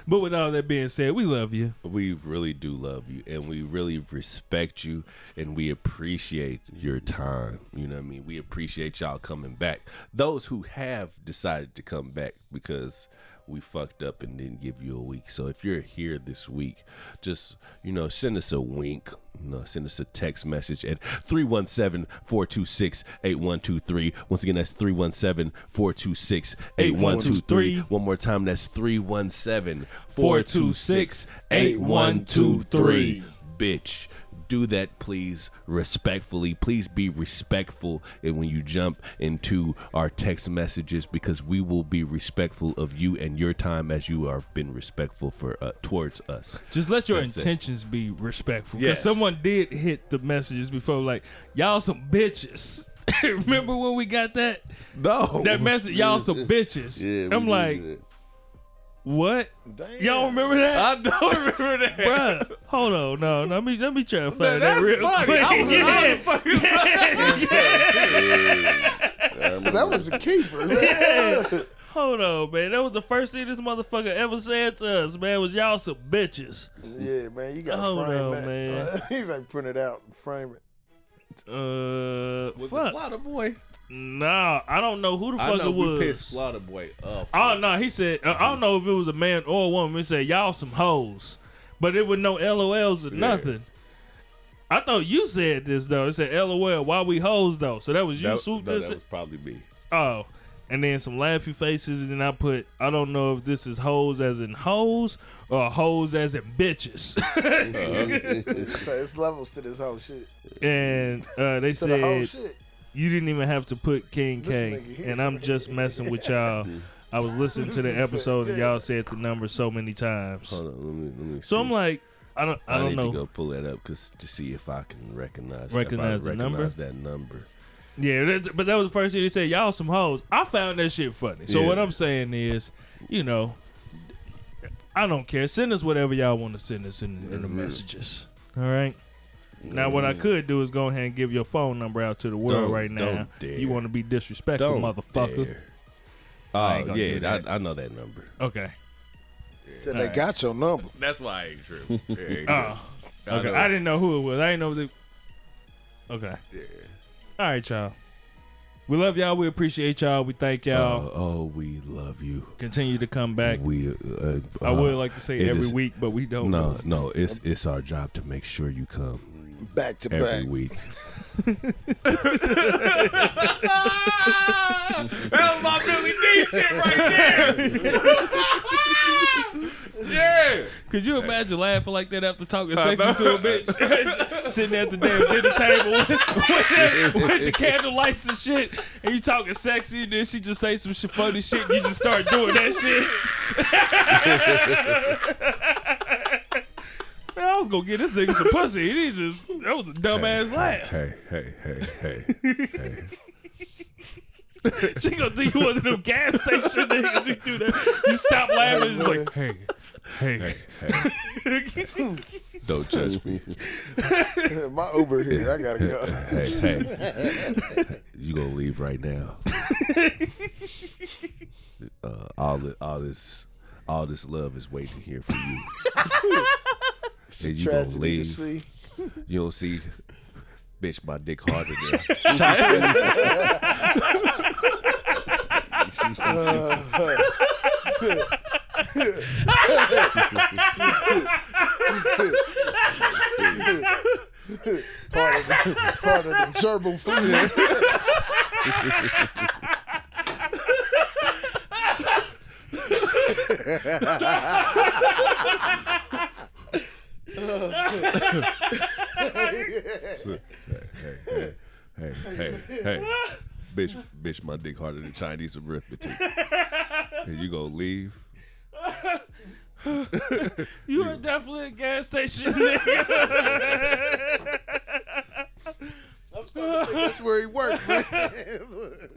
S3: But with all that being said, we love you.
S9: We really do love you and we really respect you and we appreciate your time. You know what I mean? We appreciate y'all coming back. Those who have decided to come back because we fucked up and didn't give you a week. So if you're here this week, just, you know, send us a wink, you know, send us a text message at 317-426-8123. Once again, that's 317-426-8123. One more time, that's 317 426 8123. Bitch, do that, please, respectfully. Please be respectful and when you jump into our text messages because we will be respectful of you and your time as you are been respectful for uh, towards us.
S3: Just let your
S9: That's it.
S3: intentions be respectful. Because
S9: Yes.
S3: someone did hit the messages before, like, y'all some bitches. Remember when we got that?
S9: No.
S3: That message, y'all some bitches.
S7: Yeah, we
S3: I'm
S7: do
S3: like,
S7: that.
S3: what?
S2: Damn.
S3: Y'all remember that?
S9: I don't remember that.
S3: Bruh, hold on, no, let me let me try to find that
S9: that's
S3: real
S9: funny.
S3: quick.
S9: I was- I was
S2: So that was a keeper. Man.
S3: Hold on, man. That was the first thing this motherfucker ever said to us, man. Was y'all some bitches?
S2: Yeah, man, you gotta
S3: Oh,
S2: frame
S3: no,
S2: that.
S3: man.
S2: He's like print it out, and frame it.
S3: Uh, fuck.
S9: Flutter boy.
S3: Nah, I don't know who the
S9: I
S3: fuck
S9: know
S3: it was.
S9: we pissed Flutter boy off.
S3: Oh no, he said uh, I don't know if it was a man or a woman. He said y'all some hoes, but it was no LOLs or nothing. I thought you said this though. It said LOL. Why we hoes though? So that was you
S9: That-
S3: swooped
S9: no,
S3: this.
S9: that was probably me.
S3: oh, and then some laughy faces, and then I put I don't know if this is hoes as in hoes or hoes as in bitches.
S2: So it's levels to this whole shit.
S3: and uh, they
S2: To the whole
S3: said
S2: shit.
S3: you didn't even have to put King
S2: This
S3: K.
S2: nigga here.
S3: And I'm just messing with y'all. I was listening to the
S2: This nigga said,
S3: episode and
S2: yeah.
S3: y'all said the number so many times.
S9: Hold on, let me let me
S3: So
S9: see.
S3: I'm like, I don't, I don't
S9: need
S3: know.
S9: to go pull that up 'cause- to see if I can recognize if I
S3: Recognize the number?
S9: recognize that number.
S3: Yeah, that's, but that was the first thing they said. Y'all some hoes. I found that shit funny. So
S9: Yeah.
S3: what I'm saying is, you know, I don't care. Send us whatever y'all want to send us in, in the messages. All right. Now what I could do is go ahead and give your phone number out to the world
S9: Don't-
S3: right now.
S9: don't dare.
S3: You want to be disrespectful,
S9: Don't
S3: motherfucker?
S9: dare.
S3: I ain't
S9: Oh
S3: gonna do
S9: yeah,
S3: that.
S9: I, I know that number.
S3: Okay.
S2: So they got your number.
S9: That's why I ain't true.
S3: Oh, okay. I, didn't know who it was. I didn't know the. Okay. All right, y'all. We love y'all. We appreciate y'all. We thank y'all.
S9: Uh, oh, we love you.
S3: Continue to come back.
S9: We. Uh,
S3: I would
S9: uh,
S3: like to say
S9: it
S3: every
S9: is-
S3: week, but we don't.
S9: No, no, it's it's our job to make sure you come
S2: Back to
S9: every
S2: back.
S9: week.
S4: That was my Billy D shit right there. yeah.
S3: Right. Could you imagine laughing like that after talking sexy to a bitch? Sitting at the damn dinner table with, with, with the candle lights and shit, and you talking sexy, and then she just say some shit, funny shit, and you just start doing that shit. Man, I was gonna get this nigga some pussy. and He just that was a dumbass laugh.
S9: Hey, hey, hey, hey.
S3: She gonna think you wasn't a gas station nigga. You do that. You stop laughing. It's like, hey, hey.
S9: Don't judge me.
S2: My Uber here. I gotta go.
S9: Hey, hey. You gonna leave right now. Uh, all the, all this all this love is waiting here for you. and you gonna
S2: Tragedy to
S9: leave.
S2: see.
S9: You don't see bitch my dick harder than
S2: Part of the, part of the gerbil food.
S9: hey, hey, hey. Bitch, bitch, my dick harder than Chinese arithmetic. And you gonna leave?
S3: You are definitely a gas station nigga.
S2: I'm starting to think that's where he worked, man.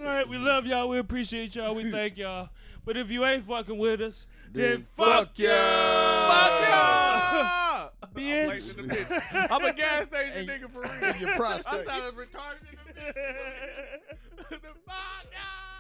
S3: All right, we love y'all. We appreciate y'all. We thank y'all. But if you ain't fucking with us, then, fuck,
S2: Fuck yeah.
S9: Ah!
S3: y'all, bitch.
S4: I'm a gas station nigga for real.
S2: Your prostate.
S4: I'm retarded nigga. Fuck, yeah.
S9: ah!